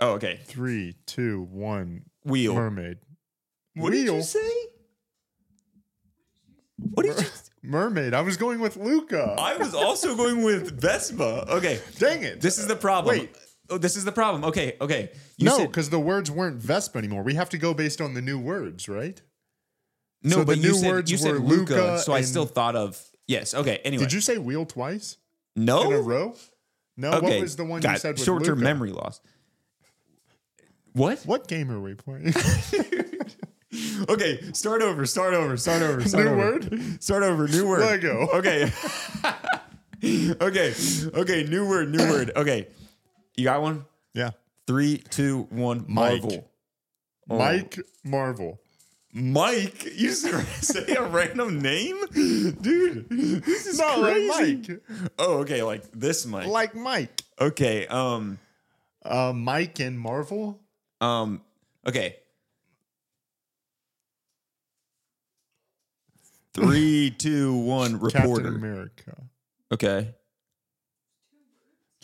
Oh, okay. Three, two, one. Wheel. Mermaid. what did you say? What did you? Mermaid. I was going with Luca. I was also going with Vespa. Okay. Dang it. This is the problem. Wait. Oh, this is the problem. Okay, okay. You no, said, because the words weren't Vespa anymore. We have to go based on the new words, right? no, so the but you new said words you said were Luca, Luca so I and- still thought of yes. Okay. Anyway, Did you say wheel twice no in a row? No, Oh. Okay. what was the one you God, said with Short-term Luca? memory loss. What? What game are we playing? Okay, start over, start over, start over, start New over. word? Start over, new word. Lego. Okay. okay. Okay, new word, new word. Okay. You got one? yeah. Three, two, one, Mike. Marvel. Oh, Mike Marvel. Mike? You s- say a random name? Dude, this is No, like crazy. Mike. Oh, okay, like this Mike. Like Mike. okay, um, Uh, Mike and Marvel. um, okay. Three, two, one, Captain reporter. America. Okay.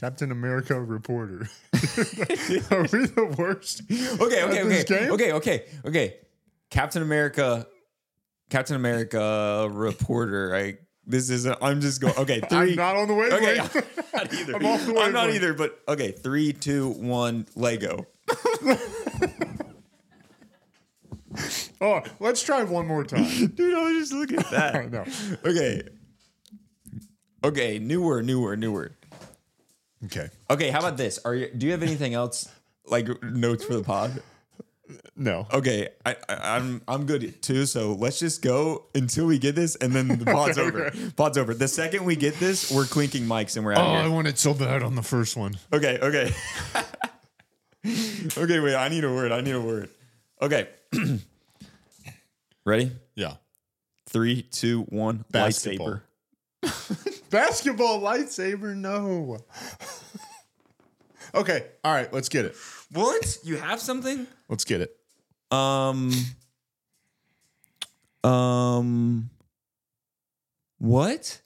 Captain America reporter. Are we the worst? okay, okay, this okay, game? okay, okay, okay. Captain America, Captain America uh, reporter. I this is a, I'm just going. Okay, 3 I'm not on the way. okay, I'm not either. I'm off the I'm not wavelength. either. But okay, three, two, one. Lego. Oh, let's try one more time. Dude, I was just looking at that. no. Okay. Okay, newer, newer, newer. Okay. Okay, how about this? Are you, do you have anything else like notes for the pod? No. Okay, I, I, I'm I'm good too. So let's just go until we get this, and then the pod's over. Pod's over. The second we get this, we're clinking mics and we're out. Oh, of I here. wanted so bad on the first one. Okay, okay. okay, wait, I need a word. I need a word. Okay. Ready? Yeah. Three, two, one. Basketball. Lightsaber. Basketball lightsaber, no. okay. All right. Let's get it. What? You have something? Let's get it. Um. Um. What?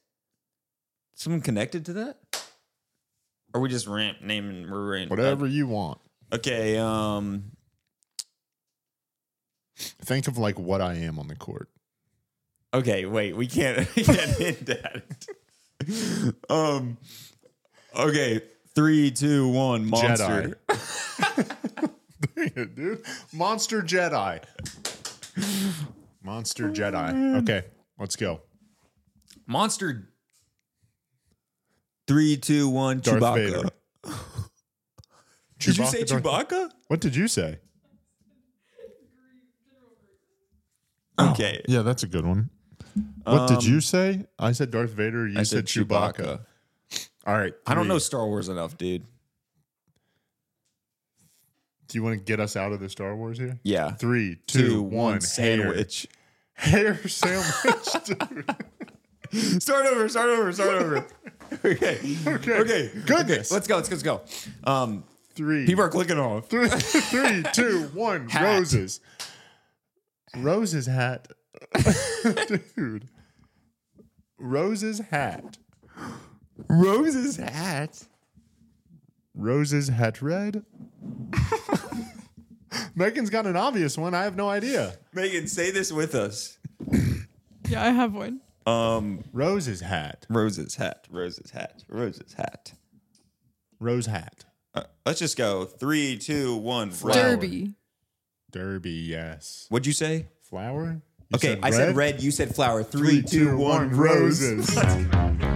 Someone connected to that? Or we just ramp naming we're ran- Whatever you want. Okay. Um. Think of like what I am on the court. Okay, wait, we can't we can't hint at it. Um Okay, three, two, one, monster. Jedi. Dude. Monster Jedi. Monster Oh, Jedi. Okay. Let's go. Monster Three, two, one, Darth Chewbacca. Vader. Did you say Darth- Chewbacca? What did you say? okay. Yeah, that's a good one. What did you say? I said Darth Vader. You Um, I said, Chewbacca. All right. I don't three. know Star Wars enough, dude. Do you want to get us out of the Star Wars here? Yeah. Three, Two, one two, one. sandwich. Hair, hair sandwich. dude. Start over, start over, start over. okay. Okay. Okay. Goodness. Let's go, let's go, let's go. Um Three. people are clicking off. three, three, two, one. Hat. Roses. Rose's hat. Dude. Rose's hat. Rose's hat. Rose's hat red. Megan's got an obvious one. I have no idea. Megan, say this with us. Yeah, I have one. Um, Rose's hat. Rose's hat, Rose's hat, Rose's hat. Rose hat. Uh, let's just go three, two, one. Flower. Derby. Derby, yes. What'd you say? Flower? You okay, I said red. You said flower. Three, two, one. Roses. roses.